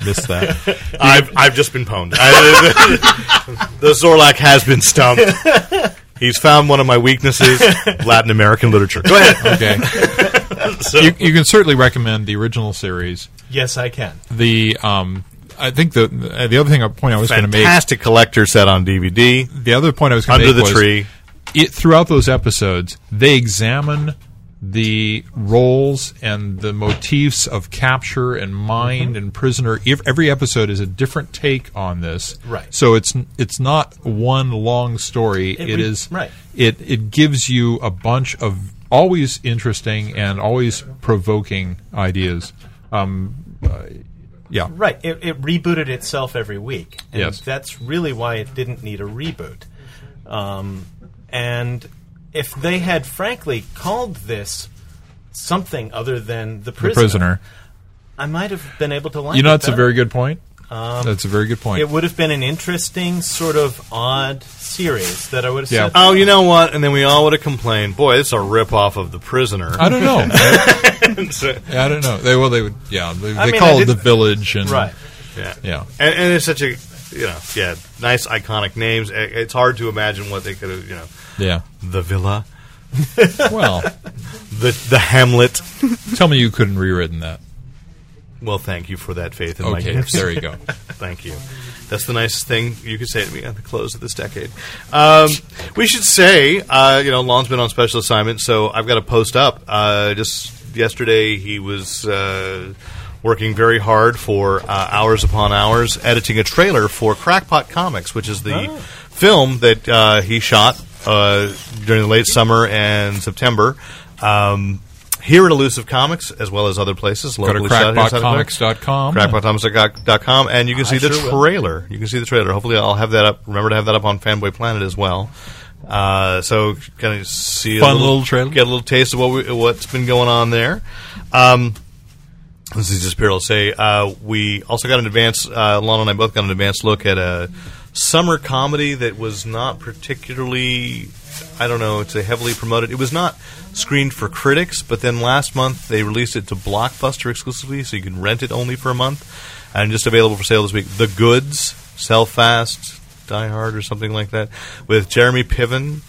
S2: Miss that.
S4: (laughs) I've I've just been pwned. I- (laughs) the Zorlak has been stumped. He's found one of my weaknesses: Latin American literature. Go ahead.
S2: Okay.
S4: So-
S2: You, you can certainly recommend the original series.
S6: yes, I can.
S2: The um, I think the the other thing I point I was going to make
S4: fantastic collector set on DVD.
S2: the other point I was going to
S4: Under
S2: make
S4: the
S2: was
S4: tree.
S2: It throughout those episodes, they examine the roles and the motifs of capture and mind
S6: Mm-hmm.
S2: and prisoner. Ev- Every episode is a different take on this,
S6: Right.
S2: So it's n- it's not one long story.
S6: It
S2: it
S6: re-
S2: is
S6: right.
S2: It it gives you a bunch of always interesting and always provoking ideas. Um, uh, yeah,
S6: Right. It, it rebooted itself every week. And
S2: Yes.
S6: That's really why it didn't need a reboot. Um, and if they had frankly called this something other than the
S2: the
S6: prisoner,
S2: prisoner.
S6: I might have been able to like
S2: You know,
S6: it
S2: that's a
S6: better. Um,
S2: very good point. that's a very good point.
S6: It would have been an interesting sort of odd series that I would have
S2: Yeah.
S6: said.
S4: Oh, you know what? And then we all would have complained. Boy, this is a ripoff of The Prisoner.
S2: I don't
S6: (laughs)
S2: know.
S4: (laughs) So-
S2: Yeah, I don't know. They well, they would. Yeah, they,
S6: I
S2: they
S6: mean, I
S2: call it
S6: did-
S2: the village and
S6: Right.
S4: yeah.
S2: Yeah,
S4: And, and it's such a you know yeah nice iconic names. I- It's hard to imagine what they could have you know
S2: yeah.
S4: the villa,
S2: Well,
S4: the the Hamlet.
S2: tell me you couldn't rewritten that.
S4: Well, thank you for that faith in my
S2: Okay,
S4: gifts.
S2: there you go.
S4: Thank you. That's the nicest thing you could say to me at the close of this decade. Um, we should say, uh, you know, Lon's been on special assignment, so I've got to post up. Uh, just yesterday, he was uh, working very hard for uh, hours upon hours editing a trailer for Crackpot Comics, which is
S2: Oh.
S4: the film that uh, he shot uh, during the late summer and September. Um, here at Elusive Comics, as well as other places,
S2: Go to
S4: locally shot here in Santa Clara.
S2: crackpotcomics.com.
S4: crackpotcomics.com, and you can see the
S6: sure will.
S4: trailer. You can see the trailer. Hopefully, I'll have that up. Remember to have that up on Fanboy Planet as well. Uh, so, kind of see
S2: Fun
S4: a little,
S2: little trailer.
S4: get a little taste of what we, what's been going on there. Um, this is just Pirlo. Say uh, we also got an advance. Uh, Lon and I both got an advanced look at a summer comedy that was not particularly. I don't know. It's a heavily promoted. It was not screened for critics, but then last month they released it to Blockbuster exclusively, so you can rent it only for a month, and just available for sale this week. The Goods, Sell Fast, Die Hard, or something like that, with Jeremy Piven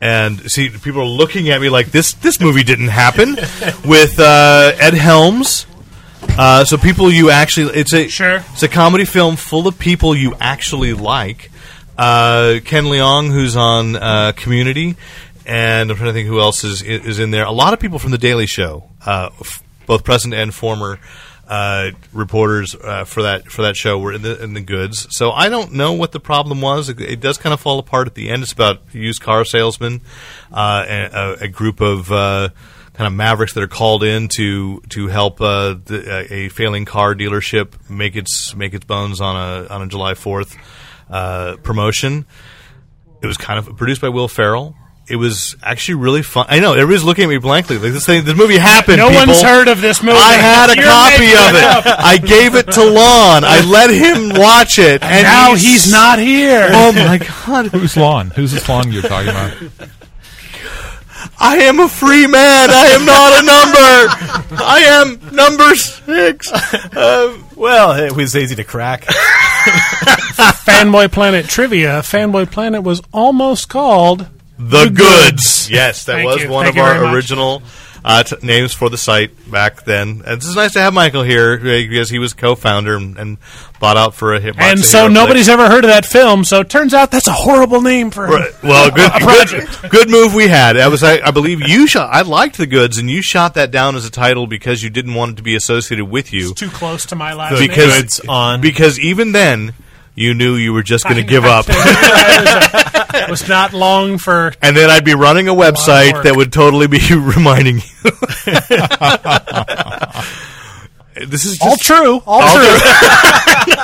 S4: and see people are looking at me like this this movie didn't happen with uh, ed helms uh, so people you actually it's a
S5: Sure.
S4: it's a comedy film full of people you actually like uh, ken leong who's on uh, community and i'm trying to think who else is is in there a lot of people from the daily show uh, f- both present and former uh, reporters uh, for that for that show were in the in the goods. So I don't know what the problem was. It, it does kind of fall apart at the end. It's about used car salesmen, uh, and a, a group of uh, kind of mavericks that are called in to to help uh, the, a a failing car dealership make its make its bones on a on a July Fourth uh, promotion. It was kind of produced by Will Ferrell. It was actually really fun. I know everybody's looking at me blankly. Like this thing, this movie happened.
S5: No
S4: people.
S5: one's heard of this movie.
S4: I had a
S5: (laughs) You're
S4: copy
S5: making
S4: of it. I gave it to Lon. I let him watch it, and
S5: Now he's not here.
S4: (laughs) Oh my god!
S2: Who's lawn? Who's this lawn you're talking about?
S4: (laughs) I am a free man. I am not a
S5: (laughs)
S4: number. I am number six. Uh,
S6: Well, it was easy to crack.
S5: Fanboy Planet trivia. Fanboy Planet was almost called
S4: the goods. Yes, that
S5: Thank
S4: was
S5: you.
S4: one
S5: Thank
S4: of
S5: you very
S4: our
S5: much.
S4: original uh, t- names for the site back then. And this is nice to have Michael here uh, because he was co-founder and, and bought out for a hitbox.
S5: And
S4: that
S5: so
S4: he
S5: nobody's ever heard of that film, so it turns out that's a horrible name for
S4: Right.
S5: him.
S4: Well, good,
S5: (laughs) A project.
S4: good, good move we had. I was, I, I believe you shot. I liked the goods, and you shot that down as a title because you didn't want it to be associated with you.
S5: Too close to my last name.
S4: Because
S6: goods on-
S4: because even then you knew you were just going to give up,
S5: (laughs) it was not long for
S4: and then I'd be running a website (laughs)
S5: work.
S4: that would totally be reminding you. this is just
S5: All true. All, true. (laughs)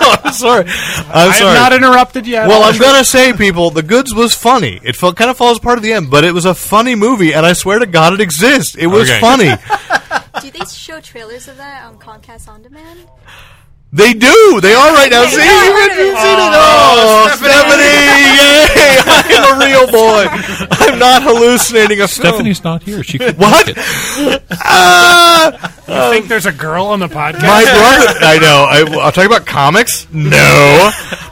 S4: I'm sorry. I'm
S5: I'm
S4: sorry.
S5: not interrupted yet.
S4: well,
S5: All
S4: I'm
S5: true.
S4: gonna say, people, the goods was funny. It felt, kind of falls part of the end, but it was a funny movie, and I swear to God, it exists. It was
S2: Okay.
S4: funny. (laughs)
S7: Do they show trailers of that on Comcast On Demand?
S4: they do. They are right now. See,
S7: Yeah, I
S4: you
S7: heard
S4: haven't seen
S7: of it.
S4: it. Oh,
S3: (laughs)
S4: Stephanie! Yay! I'm a real boy. I'm not hallucinating a film.
S2: Stephanie's not here. She could
S4: Oh. What?
S2: make it.
S4: Ah!
S5: You think there's a girl on the
S2: (laughs)
S5: podcast?
S4: My brother, I know. I, will talk about comics.
S2: (laughs)
S4: No,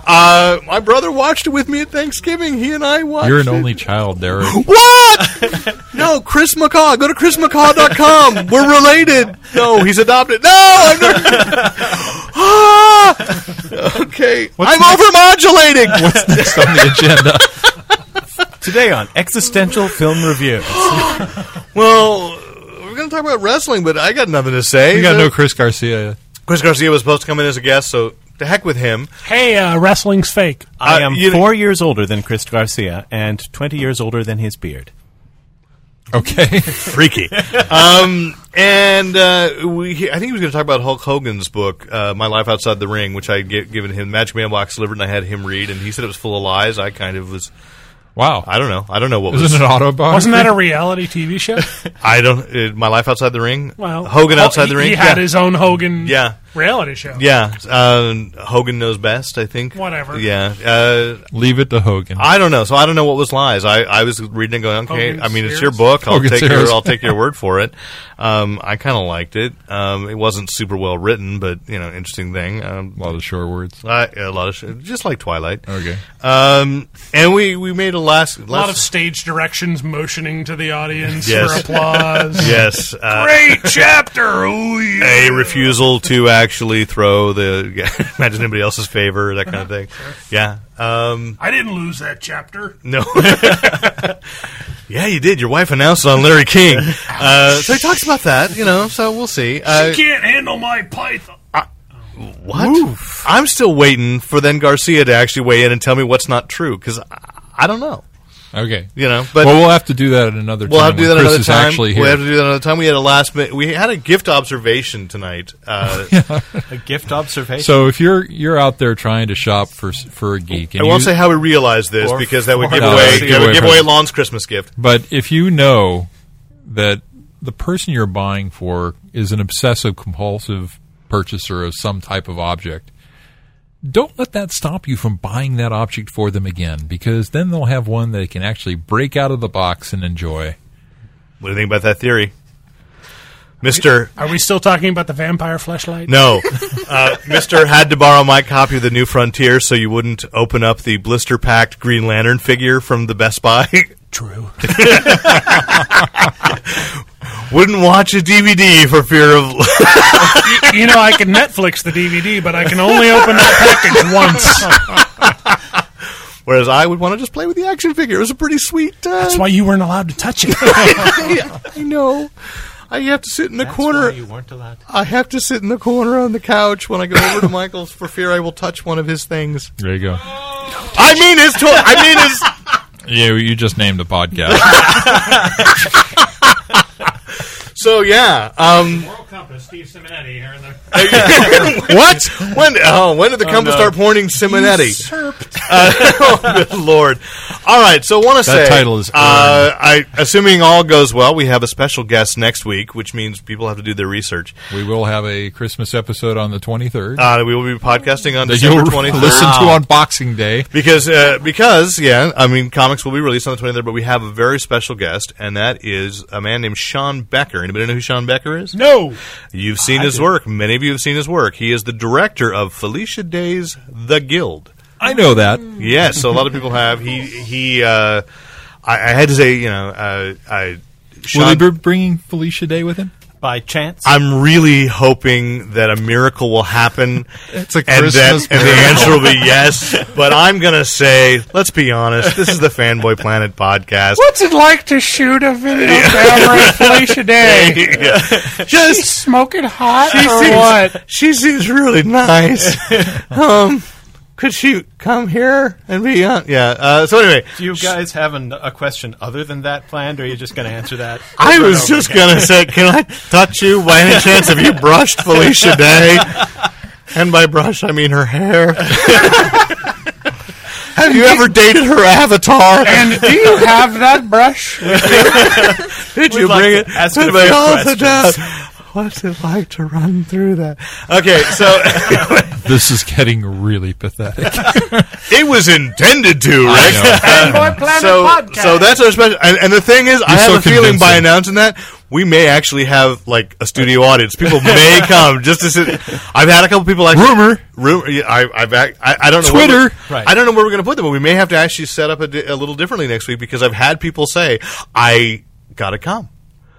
S4: uh, my brother watched it with me at Thanksgiving. He and I watched.
S2: You're an
S4: it.
S2: only child, Derek.
S4: What? no, Chris McCaw. Go to chrismccaw.com. We're related. No, he's adopted. No, I'm not. ah! Okay. I'm
S8: (laughs)
S4: overmodulating.
S2: What's next on
S4: (laughs)
S2: the agenda?
S6: Today on Existential Film Review.
S4: well, we're going to talk about wrestling, but I got nothing to say.
S2: We got
S4: Uh,
S2: no Chris Garcia.
S4: Chris Garcia was supposed to come in as a guest, so to heck with him.
S5: Hey, uh, wrestling's fake.
S6: I
S4: Uh,
S6: am
S4: you know-
S6: four years older than Chris Garcia and 20 years older than his beard.
S2: Okay. (laughs)
S5: (laughs)
S4: freaky. um, and uh, we, he- I think he was going to talk about Hulk Hogan's book, uh, My Life Outside the Ring, which I had gi- given him Magic Man Box delivered, and I had him read, and he said it was full of lies. I kind of was.
S2: Wow.
S4: I don't know. I don't know what was.
S2: Isn't it an autobiography?
S5: Wasn't (laughs) that a reality TV show?
S4: I don't. uh My Life Outside the Ring.
S5: Well,
S4: Hogan
S5: Hul-
S4: outside
S5: he-
S4: the ring.
S5: He had
S4: yeah.
S5: his own Hogan
S4: Yeah.
S5: reality show.
S4: yeah. Um, Hogan knows best. I think.
S5: Whatever.
S4: Yeah. Uh,
S2: (laughs) Leave it to Hogan.
S4: I don't know. So I don't know what was lies. I, I was reading it going, okay,
S5: Hogan's
S4: I mean, it's your
S5: Heroes?
S4: book. I'll
S2: Hogan's
S4: take your,
S2: Heroes.
S4: I'll take your word for it. Um, I kind of liked it. Um, it wasn't super well written, but, you know, interesting thing. Um,
S2: a lot of short words.
S4: I, a lot of shit, just like Twilight.
S2: Okay.
S4: Um, and we, we made a last, last
S5: A lot of stage directions motioning to the audience
S4: Yes. (laughs)
S5: for applause. (laughs)
S4: yes, uh,
S5: Great chapter. Ooh, yeah.
S4: a refusal to actually throw the (laughs) imagine anybody else's favor that kind of thing. Yeah. Um,
S5: I didn't lose that chapter.
S4: No. (laughs) yeah, you did. Your wife announced it on Larry King. Uh, so he talks about that, you know, so we'll see. Uh,
S5: Can't handle my python.
S4: what? I'm still waiting for then Garcia to actually weigh in and tell me what's not true because I, I don't know.
S2: Okay.
S4: You know, but-
S2: well, we'll have to do that at another time.
S4: We'll have to do
S2: when
S4: that
S2: Chris
S4: another
S2: is
S4: time.
S2: actually
S4: We'll
S2: here.
S4: have to do that another time. We had a last minute. We had a gift observation tonight.
S2: (laughs)
S4: Uh,
S6: A gift observation.
S2: So if you're you're out there trying to shop for s- for a geek,
S4: I
S2: and
S4: won't
S2: you-
S4: say how we realized this because that would
S6: or-
S4: give
S2: No,
S4: away
S2: that's a
S4: that
S2: giveaway
S4: would give
S2: for-
S4: away Lon's Christmas gift.
S2: But if you know that the person you're buying for is an obsessive compulsive purchaser of some type of object, don't let that stop you from buying that object for them again because then they'll have one they can actually break out of the box and enjoy.
S4: What do you think about that theory, Mister?
S5: Are we still talking about the vampire fleshlight?
S4: No, (laughs) uh, Mister had to borrow my copy of the New Frontier so you wouldn't open up the blister-packed Green Lantern figure from the Best Buy. (laughs)
S5: True.
S4: wouldn't watch a DVD for fear of. (laughs)
S5: you know, I can Netflix the DVD, but I can only open that package once.
S4: Whereas I would want to just play with the action figure. It was a pretty sweet. Uh,
S5: That's why you weren't allowed to touch it.
S4: I know. I have to sit in the
S6: That's
S4: corner.
S6: why you weren't allowed. to-
S4: I have to sit in the corner on the couch when I go over (laughs) to Michael's for fear I will touch one of his things.
S2: There you go.
S4: I mean his toy. I mean his.
S2: You you just named the podcast.
S4: (laughs) So yeah. Um,
S5: Moral compass, Steve Simonetti here in the
S4: (laughs) what? When? Oh, when did the compass
S2: uh,
S4: start pointing, Simonetti? (laughs) Uh, oh, good lord! All right. So want to say
S2: That title is
S4: Uh, I assuming all goes well, we have a special guest next week, which means people have to do their research.
S2: we will have a Christmas episode on the 23rd
S4: Uh, we will be podcasting on
S2: that
S4: December
S2: you'll
S4: twenty third.
S2: listen to on Boxing Day.
S4: Because, uh, because, yeah, I mean, comics will be released on the 23rd, but we have a very special guest, and that is a man named Sean Becker. Anybody know who Sean Becker is?
S5: (laughs) No.
S4: You've seen his work. Many of you have seen his work. He is the director of Felicia Day's The Guild.
S2: I know that.
S4: Yes, so a lot of people have. He, he, uh, I, I had to say, you know, uh, I, Sean,
S2: Will he be bringing Felicia Day with him?
S6: By chance.
S4: I'm really hoping that a miracle will happen.
S2: It's a
S4: and
S2: Christmas
S4: that, and the answer will be yes.
S2: (laughs)
S4: But I'm gonna say, let's be honest. This is the Fanboy Planet podcast.
S5: What's it like to shoot a video camera Felicia Day?
S4: Yeah.
S6: (laughs)
S4: Just
S5: Smoking hot
S6: (laughs)
S4: she seems, she seems really nice. um, could she come here and be on? Yeah. Uh, so anyway,
S6: Do you guys have an, a question other than that planned, or are you just going to answer that?
S4: I
S6: over
S4: was
S6: and over
S4: just
S6: again?
S4: gonna say, can I touch you by any chance?
S6: (laughs)
S4: Have you brushed Felicia Day? And by brush, I mean her
S6: (laughs)
S4: hair. Have you ever dated her avatar?
S3: And do you have that brush?
S4: (laughs) Did
S6: We'd
S4: you
S6: like
S4: bring
S6: to
S4: it?
S6: ask a
S4: Did
S6: few
S4: they also
S6: questions.
S4: do- What's it like to run through that? Okay,
S6: (laughs)
S4: so
S2: This is getting really pathetic.
S4: it was intended to, Rick. (laughs) so, so that's our special. And, and the thing is, I
S2: You're
S4: have
S2: so
S4: a feeling by
S2: convincing.
S4: announcing that we may actually have like a studio audience. People
S2: (laughs)
S4: may come just to sit. I've had a couple people actually
S2: Rumor.
S4: Rumor. yeah, I, I've ac- I, I don't know
S2: Twitter.
S4: where we're-
S6: Right.
S4: I don't know where we're going to put them, but we may have to actually set up a, di- a little differently next week because I've had people say I got to come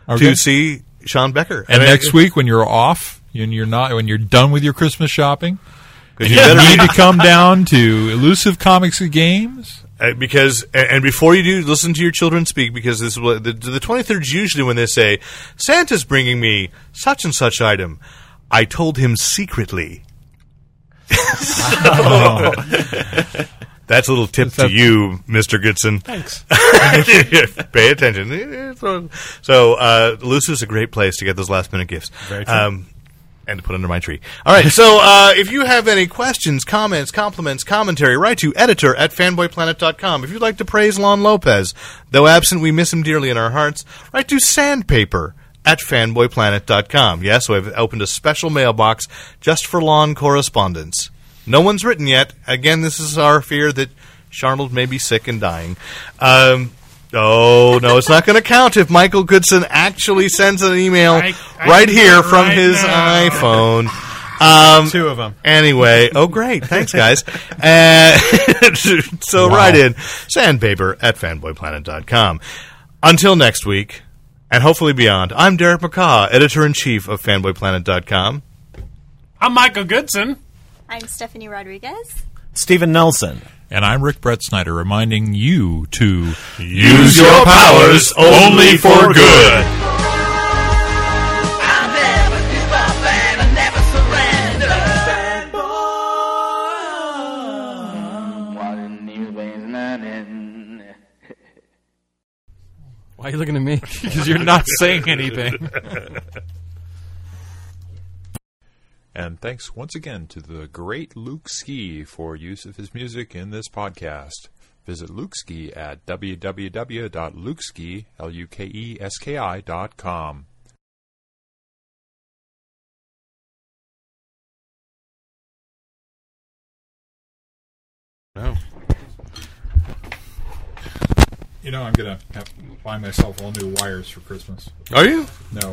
S2: Okay.
S4: to see Sean Becker.
S2: And
S4: I-
S2: next week, when you're off, and you're not, when you're done with your Christmas shopping,
S4: 'cause
S2: you (laughs)
S4: (laughs) you better
S2: need to come down to Elusive Comics and Games.
S4: Uh, because and and before you do listen to your children speak because this is what the, the 23rd is usually when they say santa's bringing me such and such item i told him secretly (laughs) that's a little tip to
S2: that-
S4: you mr goodson
S5: Thanks.
S4: (laughs) pay attention so uh, is a great place to get those last minute gifts
S6: Very true.
S4: Um, and to put under my tree. All right. So uh, if you have any questions, comments, compliments, commentary, write to editor at fanboyplanet.com. If you'd like to praise Lon Lopez, though absent, we miss him dearly in our hearts, write to sandpaper at fanboyplanet.com. Yes, we've opened a special mailbox just for Lon correspondence. No one's written yet. Again, this is our fear that Charnold may be sick and dying. Um, oh, no, it's not going to count if Michael Goodson actually sends an email
S5: I- I
S4: right
S5: can
S4: here
S5: do it
S4: from
S5: right
S4: his
S5: now. (laughs)
S4: iPhone. Um,
S6: two of them.
S4: Anyway, oh great, thanks
S5: (laughs)
S4: guys. Uh, (laughs) so write in sandpaper at fanboyplanet.com. Until next week, and hopefully beyond, I'm Derek McCaw, editor-in-chief of fanboyplanet.com.
S5: I'm Michael Goodson.
S7: I'm Stephanie Rodriguez.
S6: Stephen Nelson.
S2: And I'm Rick Brett Snyder reminding you to
S4: Use your powers only for good.
S1: I never give up and I never surrender. Fanboy.
S8: Why are you looking
S2: (laughs)
S8: at me?
S2: because you're not saying anything. and thanks once again to the great Luke Ski for use of his music in this podcast. Visit Luke Ski at www.lukeski, E L-U-K-E-S-K-I dot com. You know, I'm going to have to buy myself all new wires for Christmas.
S4: Are you?
S2: No.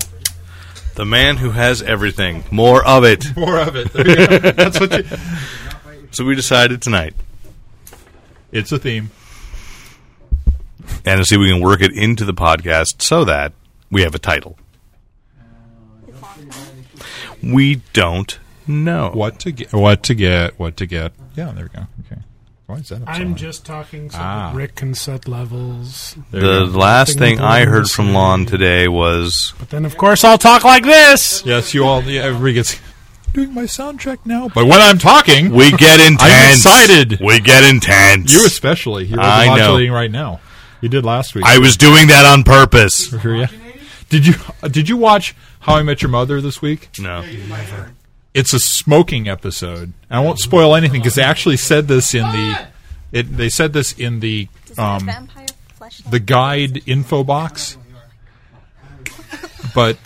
S4: The man who has everything. More of it.
S2: (laughs) More of it. There you go. That's what you.
S4: So we decided tonight.
S2: It's a theme.
S4: And to see if we can work it into the podcast so that we have a title. We don't know.
S2: What to get? What to get? What to get? Yeah, there we go. Okay. Why is that? upside
S5: I'm
S2: down?
S5: just talking so
S2: Ah.
S5: Rick can set levels.
S2: There
S4: The
S2: you go.
S4: last
S5: Thing
S4: thing I
S5: Blue
S4: heard from
S5: said.
S4: Lon today was
S5: But then, of course, I'll talk like this.
S2: Yes, you all. Yeah, everybody gets (laughs) doing my sound check now. But when I'm talking, (laughs)
S4: we get intense.
S2: excited.
S4: We get intense.
S2: you especially, you're
S4: I know.
S2: modulating right now. You did last week.
S4: I was doing that on purpose.
S2: Yeah. Did you uh, Did you watch How I Met Your Mother this week?
S4: No.
S2: It's a smoking episode. And I won't spoil anything because they actually said this in the. It, they said this in the
S7: Does it have
S2: um,
S7: vampire fleshlight?
S2: the guide info box, but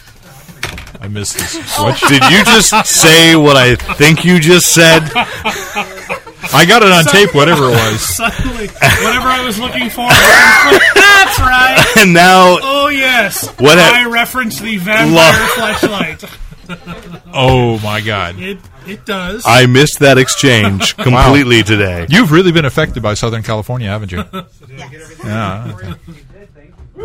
S2: I missed this. What?
S4: Did you just say what I think you just said?
S5: Oh.
S2: I got it on tape, whatever it
S5: (laughs)
S2: was.
S5: Suddenly, whatever I was looking for, I was like, that's right.
S4: (laughs) And now
S5: Oh yes,
S4: (laughs) What a-
S5: I referenced the vampire
S4: Love-
S5: flashlight.
S2: Oh my god!
S5: It it does.
S4: I missed that (laughs) exchange completely today.
S2: You've really been affected by Southern California, haven't
S5: (laughs)
S2: you? Yeah.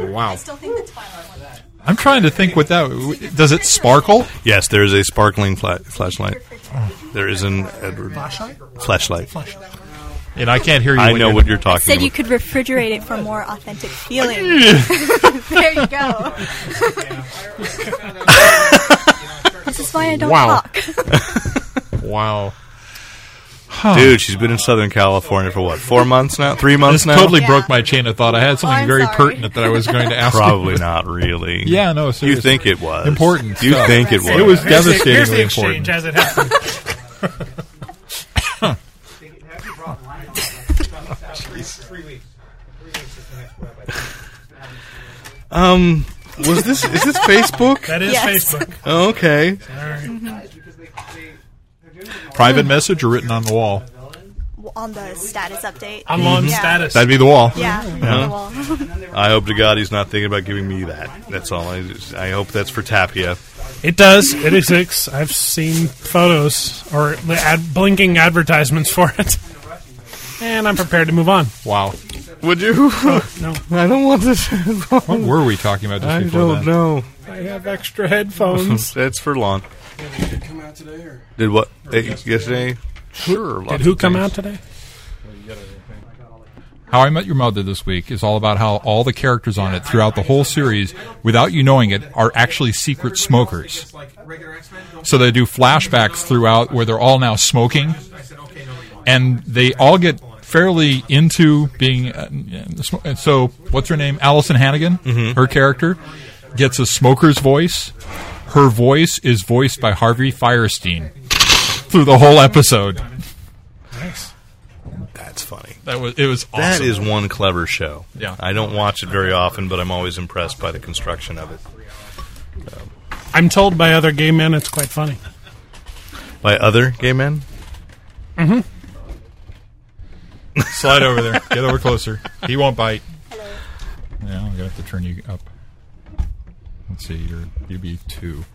S7: I still think the Twilight one.
S2: I'm trying to think what that does. It sparkle?
S4: Yes, there is a sparkling fla- flashlight. There is an Edward flashlight. Flashlight.
S2: And I can't hear you.
S4: I
S2: when
S4: know
S2: you're-
S4: what you're talking
S7: Said
S4: about.
S7: you could refrigerate it for more authentic
S5: (laughs)
S7: feeling. (laughs) there you go. this is why I don't
S2: Wow.
S7: talk.
S2: Wow.
S4: Dude, she's been in Southern California for what? Four months now? Three months
S9: This
S4: now?
S9: totally
S7: Yeah.
S9: broke my chain of thought. I
S5: Oh,
S9: had something
S7: I'm
S9: very
S7: sorry.
S9: pertinent that I was going to ask.
S4: (laughs)
S9: you.
S4: Probably not really.
S9: Yeah, no,
S4: You
S9: seriously.
S4: think it was
S9: Important
S4: You
S9: stuff.
S4: think it was?
S9: It was
S5: Here's the- here's the
S9: devastatingly
S5: exchange
S9: important.
S5: as it happened.
S4: Um, was this? Is this
S2: (laughs)
S4: Facebook?
S5: That is
S7: Yes.
S5: Facebook.
S4: Oh, okay.
S9: Private message or written on the wall?
S7: on the status update.
S5: I'm on
S4: Mhm.
S7: Yeah.
S5: status. Uh-huh.
S9: That'd be the wall.
S7: yeah, on the wall. (laughs)
S4: I hope to God he's not thinking about giving me that. That's all. I I hope that's for Tapia.
S5: It does. It exists. I've seen photos or li- ad- blinking advertisements for it. And I'm prepared to move on.
S9: Wow.
S4: Would you?
S5: No,
S4: I don't want this.
S9: What were we talking about just
S4: I
S9: before
S4: don't
S9: that?
S4: know.
S5: I have extra
S4: (laughs)
S5: headphones.
S4: That's for long.
S8: Come out today, or
S4: Did what? eh, yesterday? Sure.
S5: Did who come out today?
S9: How I Met Your Mother this week is all about how all the characters on it throughout the whole series, without you knowing it, are actually secret smokers. So they do flashbacks throughout where they're all now smoking, and they all get fairly into being. Uh, uh, sm- and so, what's her name? Allison Hannigan,
S4: Mm-hmm.
S9: her character, gets a smoker's voice. Her voice is voiced by Harvey Firestein through the whole episode.
S4: That's funny.
S9: That was it was awesome.
S4: That is one clever show.
S9: Yeah.
S4: I don't watch it very often, but I'm always impressed by the construction of it.
S5: I'm told by other gay men it's quite funny.
S4: By other gay men?
S9: Mm-hmm. Slide over there. Get over closer. He won't bite. Hello. Yeah, I'm gonna have to turn you up. Let's see, you're you'd be two.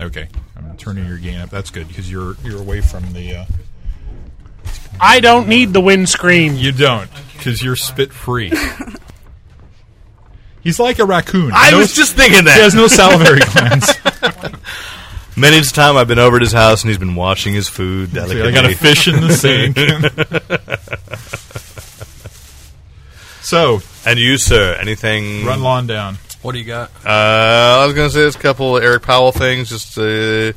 S9: Okay, I'm turning your gain up. That's good because you're you're away from the. Uh,
S5: I don't need the windscreen.
S9: you don't because you're
S4: (laughs)
S9: spit free. He's like a raccoon.
S4: (laughs) I
S9: No-
S4: was just thinking that.
S9: He has no
S4: (laughs)
S9: salivary glands.
S4: Many times time I've been over at his house and he's been washing his food
S9: See,
S4: delicately.
S9: I got a fish in
S4: (laughs)
S9: the sink. so
S4: And you, sir, anything?
S9: run lawn down. What do you got?
S4: Uh, I was going to say there's a couple of Eric Powell things. Just uh,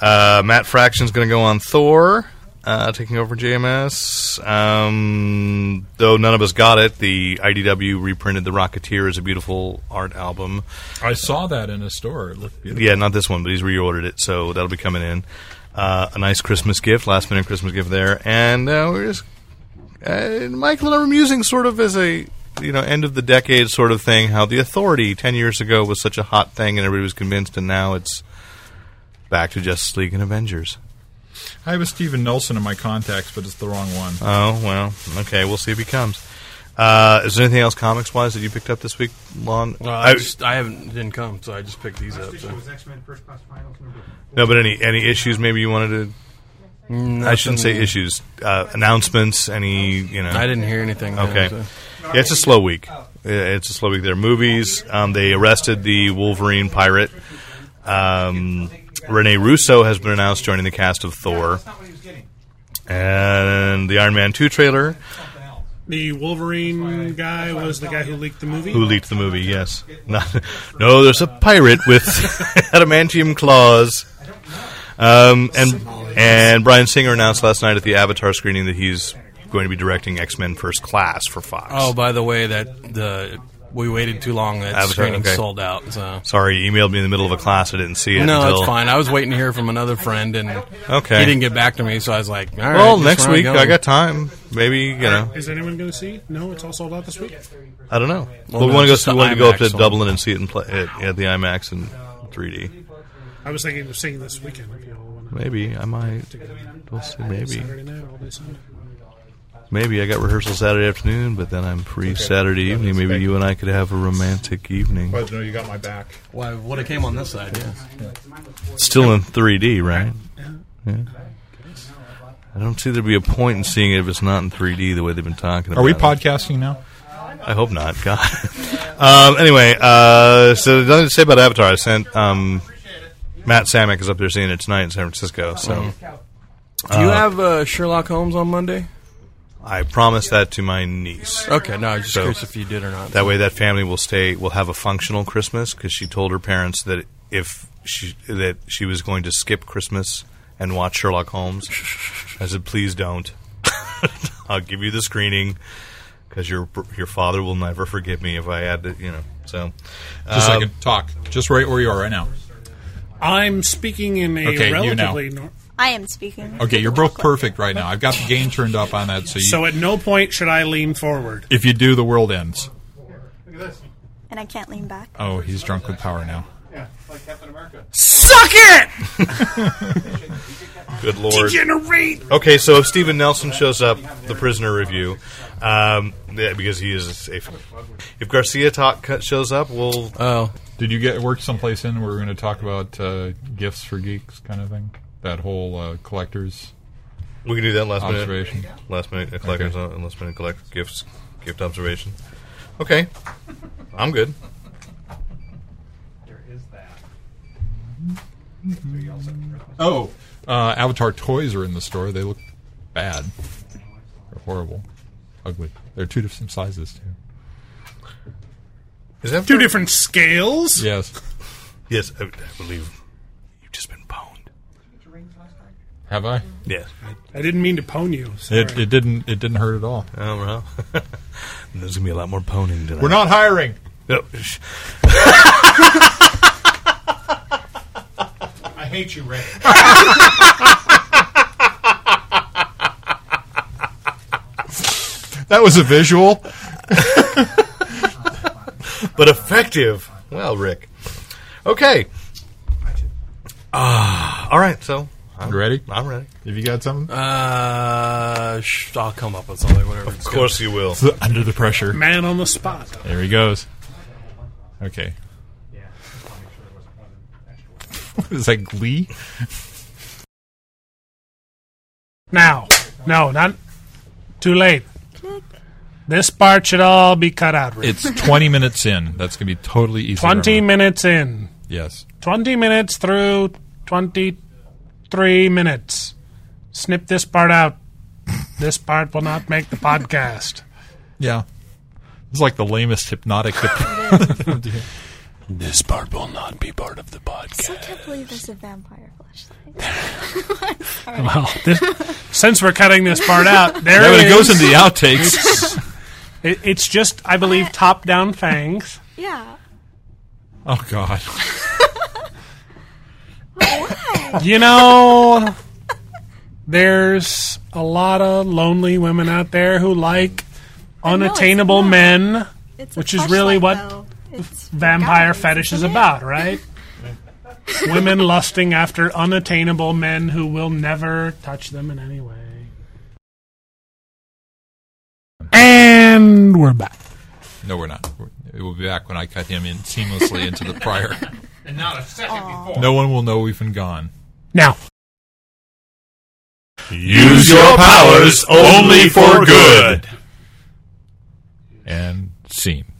S4: uh, Matt Fraction's going to go on Thor, uh, taking over JMS. Um, though none of us got it, the IDW reprinted The Rocketeer as a beautiful art album.
S9: I saw that in a store. It looked beautiful.
S4: Yeah, not this one, but he's reordered it, so that'll be coming in. Uh, a nice Christmas gift, last minute Christmas gift there, and uh, we're just uh, Michael and I were musing sort of as a you know end of the decade sort of thing. How the Authority ten years ago was such a hot thing, and everybody was convinced, and now it's back to Justice League and Avengers.
S9: I have a Steven Nelson in my contacts, but it's the wrong one.
S4: Oh well, okay, we'll see if he comes. Uh, is there anything else comics wise that you picked up this week, Lon?
S8: well,
S4: I-
S8: I, just, I haven't didn't come, so I just picked these up. So.
S4: no, but any any issues maybe you wanted to I shouldn't say
S8: Nothing-
S4: issues. Uh, announcements, any, you know.
S8: I didn't hear anything. no,
S4: Okay.
S8: so.
S4: Yeah, it's a slow week. Yeah, It's a slow week there. Movies, um, they arrested the Wolverine pirate. Um, Rene Russo has been announced joining the cast of Thor. And the Iron Man 2 trailer,
S5: The Wolverine guy was the guy who leaked the movie.
S4: who leaked the movie, yes. (laughs) Not, no, there's a pirate with (laughs) adamantium claws. Um, and, and Brian Singer announced last night at the Avatar screening that he's going to be directing X Men First Class for Fox.
S8: Oh, by the way, that the we waited too long. That
S4: Avatar,
S8: screening
S4: okay.
S8: sold out. So.
S4: Sorry, you emailed me in the middle of a class. I didn't see it.
S8: No,
S4: until,
S8: it's fine. I was waiting to hear from another friend, and
S4: Okay.
S8: he didn't get back to me. So I was like, "All right,
S4: Well,
S8: just
S4: next
S8: where
S4: week
S8: going?"
S4: I got time. Maybe you know.
S5: Is anyone going to see? No, it's all sold out this week.
S4: I don't know.
S8: Well,
S4: Well, we
S8: no,
S4: want to go.
S8: just
S4: see-
S8: the
S4: We want to go up to
S8: IMAX one.
S4: Dublin and see it in play at, at the IMAX in 3D.
S5: I was thinking of seeing this weekend. If you all want to
S4: Maybe I might. We'll see. Maybe.
S5: Saturday night, all day Sunday.
S4: Maybe I got rehearsal Saturday afternoon, but then I'm free Saturday evening. Maybe you and I could have a romantic evening.
S9: But Oh, no, you got my back.
S8: Why would have came on this side? Yeah.
S4: Still in 3D, right? Yeah. I don't see there'd be a point in seeing it if it's not in 3D the way they've been talking about
S9: Are we
S4: it.
S9: podcasting now?
S4: I hope not. (laughs) God. um, anyway, uh, so nothing to say about Avatar. I sent um, Matt Samick is up there seeing it tonight in San Francisco. So
S9: Mm-hmm.
S8: Do you have uh, Sherlock Holmes on Monday?
S4: I promised that to my niece.
S8: Okay, no, I was just
S4: So-
S8: curious if you did or not.
S4: That way, that family will stay. Will have a functional Christmas because she told her parents that if she that she was going to skip Christmas and watch Sherlock Holmes. I said, please don't. (laughs) I'll give you the screening because your your father will never forgive me if I had to, you know. So,
S9: Just
S4: um,
S9: a second. Talk. Just right where you are right now.
S5: I'm speaking in a
S9: Okay, you now.
S5: relatively. nor-
S7: I am speaking.
S9: Okay, you're both perfect right now. I've got the game turned up on that, so, you,
S5: so at no point should I lean forward.
S9: if you do, the world ends.
S7: And I can't lean back.
S9: Oh, he's drunk with power now.
S5: Suck it!
S4: good lord.
S5: Generate!
S4: Okay, so if Steven Nelson shows up, the prisoner review, um, yeah, because he is a safe. If Garcia talk, shows up, we'll
S10: Oh,
S9: Did you get work someplace in where we're going to talk about uh, gifts for geeks kind of thing? That whole uh, collectors.
S4: we can do that last
S9: Observation.
S4: minute. Last minute uh, collectors, uh, last minute collect gifts, gift observation. Okay, I'm good.
S9: Oh, uh, Avatar toys are in the store. They look bad. They're horrible, ugly. They're two different sizes too.
S4: Is that
S5: Two different scales?
S9: Yes.
S4: Yes, I, I believe you've just been boned.
S9: Have I?
S4: Yes.
S5: I didn't mean to pwn you. Sorry.
S9: It, it didn't. It didn't hurt at all.
S4: Oh well. (laughs) There's gonna be a lot more poning tonight.
S9: We're not hiring.
S4: No, sh-
S5: I hate you, Rick.
S9: That was a visual.
S4: but effective. Well, Rick. Okay. Ah, all right. So I'm
S9: You ready?
S4: I'm ready.
S9: Have you got something?
S10: uh, sh- I'll come up with something. Whatever.
S4: Of course you will.
S9: Under the pressure.
S5: Man on the spot.
S9: There he goes. Okay. What is that glee?
S5: Now. No, not. Too late. This part should all be cut out, Rick.
S9: It's 20 minutes in. That's going to be totally easy. to
S5: 20
S9: remember.
S5: minutes in.
S9: Yes.
S5: 20 minutes through 23 minutes. Snip this part out. This part will not make the podcast.
S9: Yeah. It's like the lamest hypnotic.
S10: This part will not be part of the podcast.
S7: I can't believe there's a vampire flashlight.
S5: Well, this, since we're cutting this part
S9: (laughs)
S5: out, there
S9: yeah, but it
S5: is-
S9: goes into the outtakes.
S5: (laughs) It- it's just, I believe, top down fangs.
S7: Yeah.
S9: (laughs) oh, God.
S5: You know, there's a lot of lonely women out there who like
S7: know, it's
S5: unattainable
S7: not.
S5: men.
S7: It's a
S5: Which is really
S7: fleshlight,
S5: what
S7: though. It's for
S5: vampire
S7: guys,
S5: fetish is
S7: isn't it?
S5: about, right? (laughs) Women lusting after unattainable men who will never touch them in any way. And we're back.
S9: No, we're not. It will be back when I cut him in seamlessly into the prior.
S5: (laughs) And not a second before.
S9: No one will know we've been gone.
S5: Now,
S4: Use your powers only for good.
S9: And seam.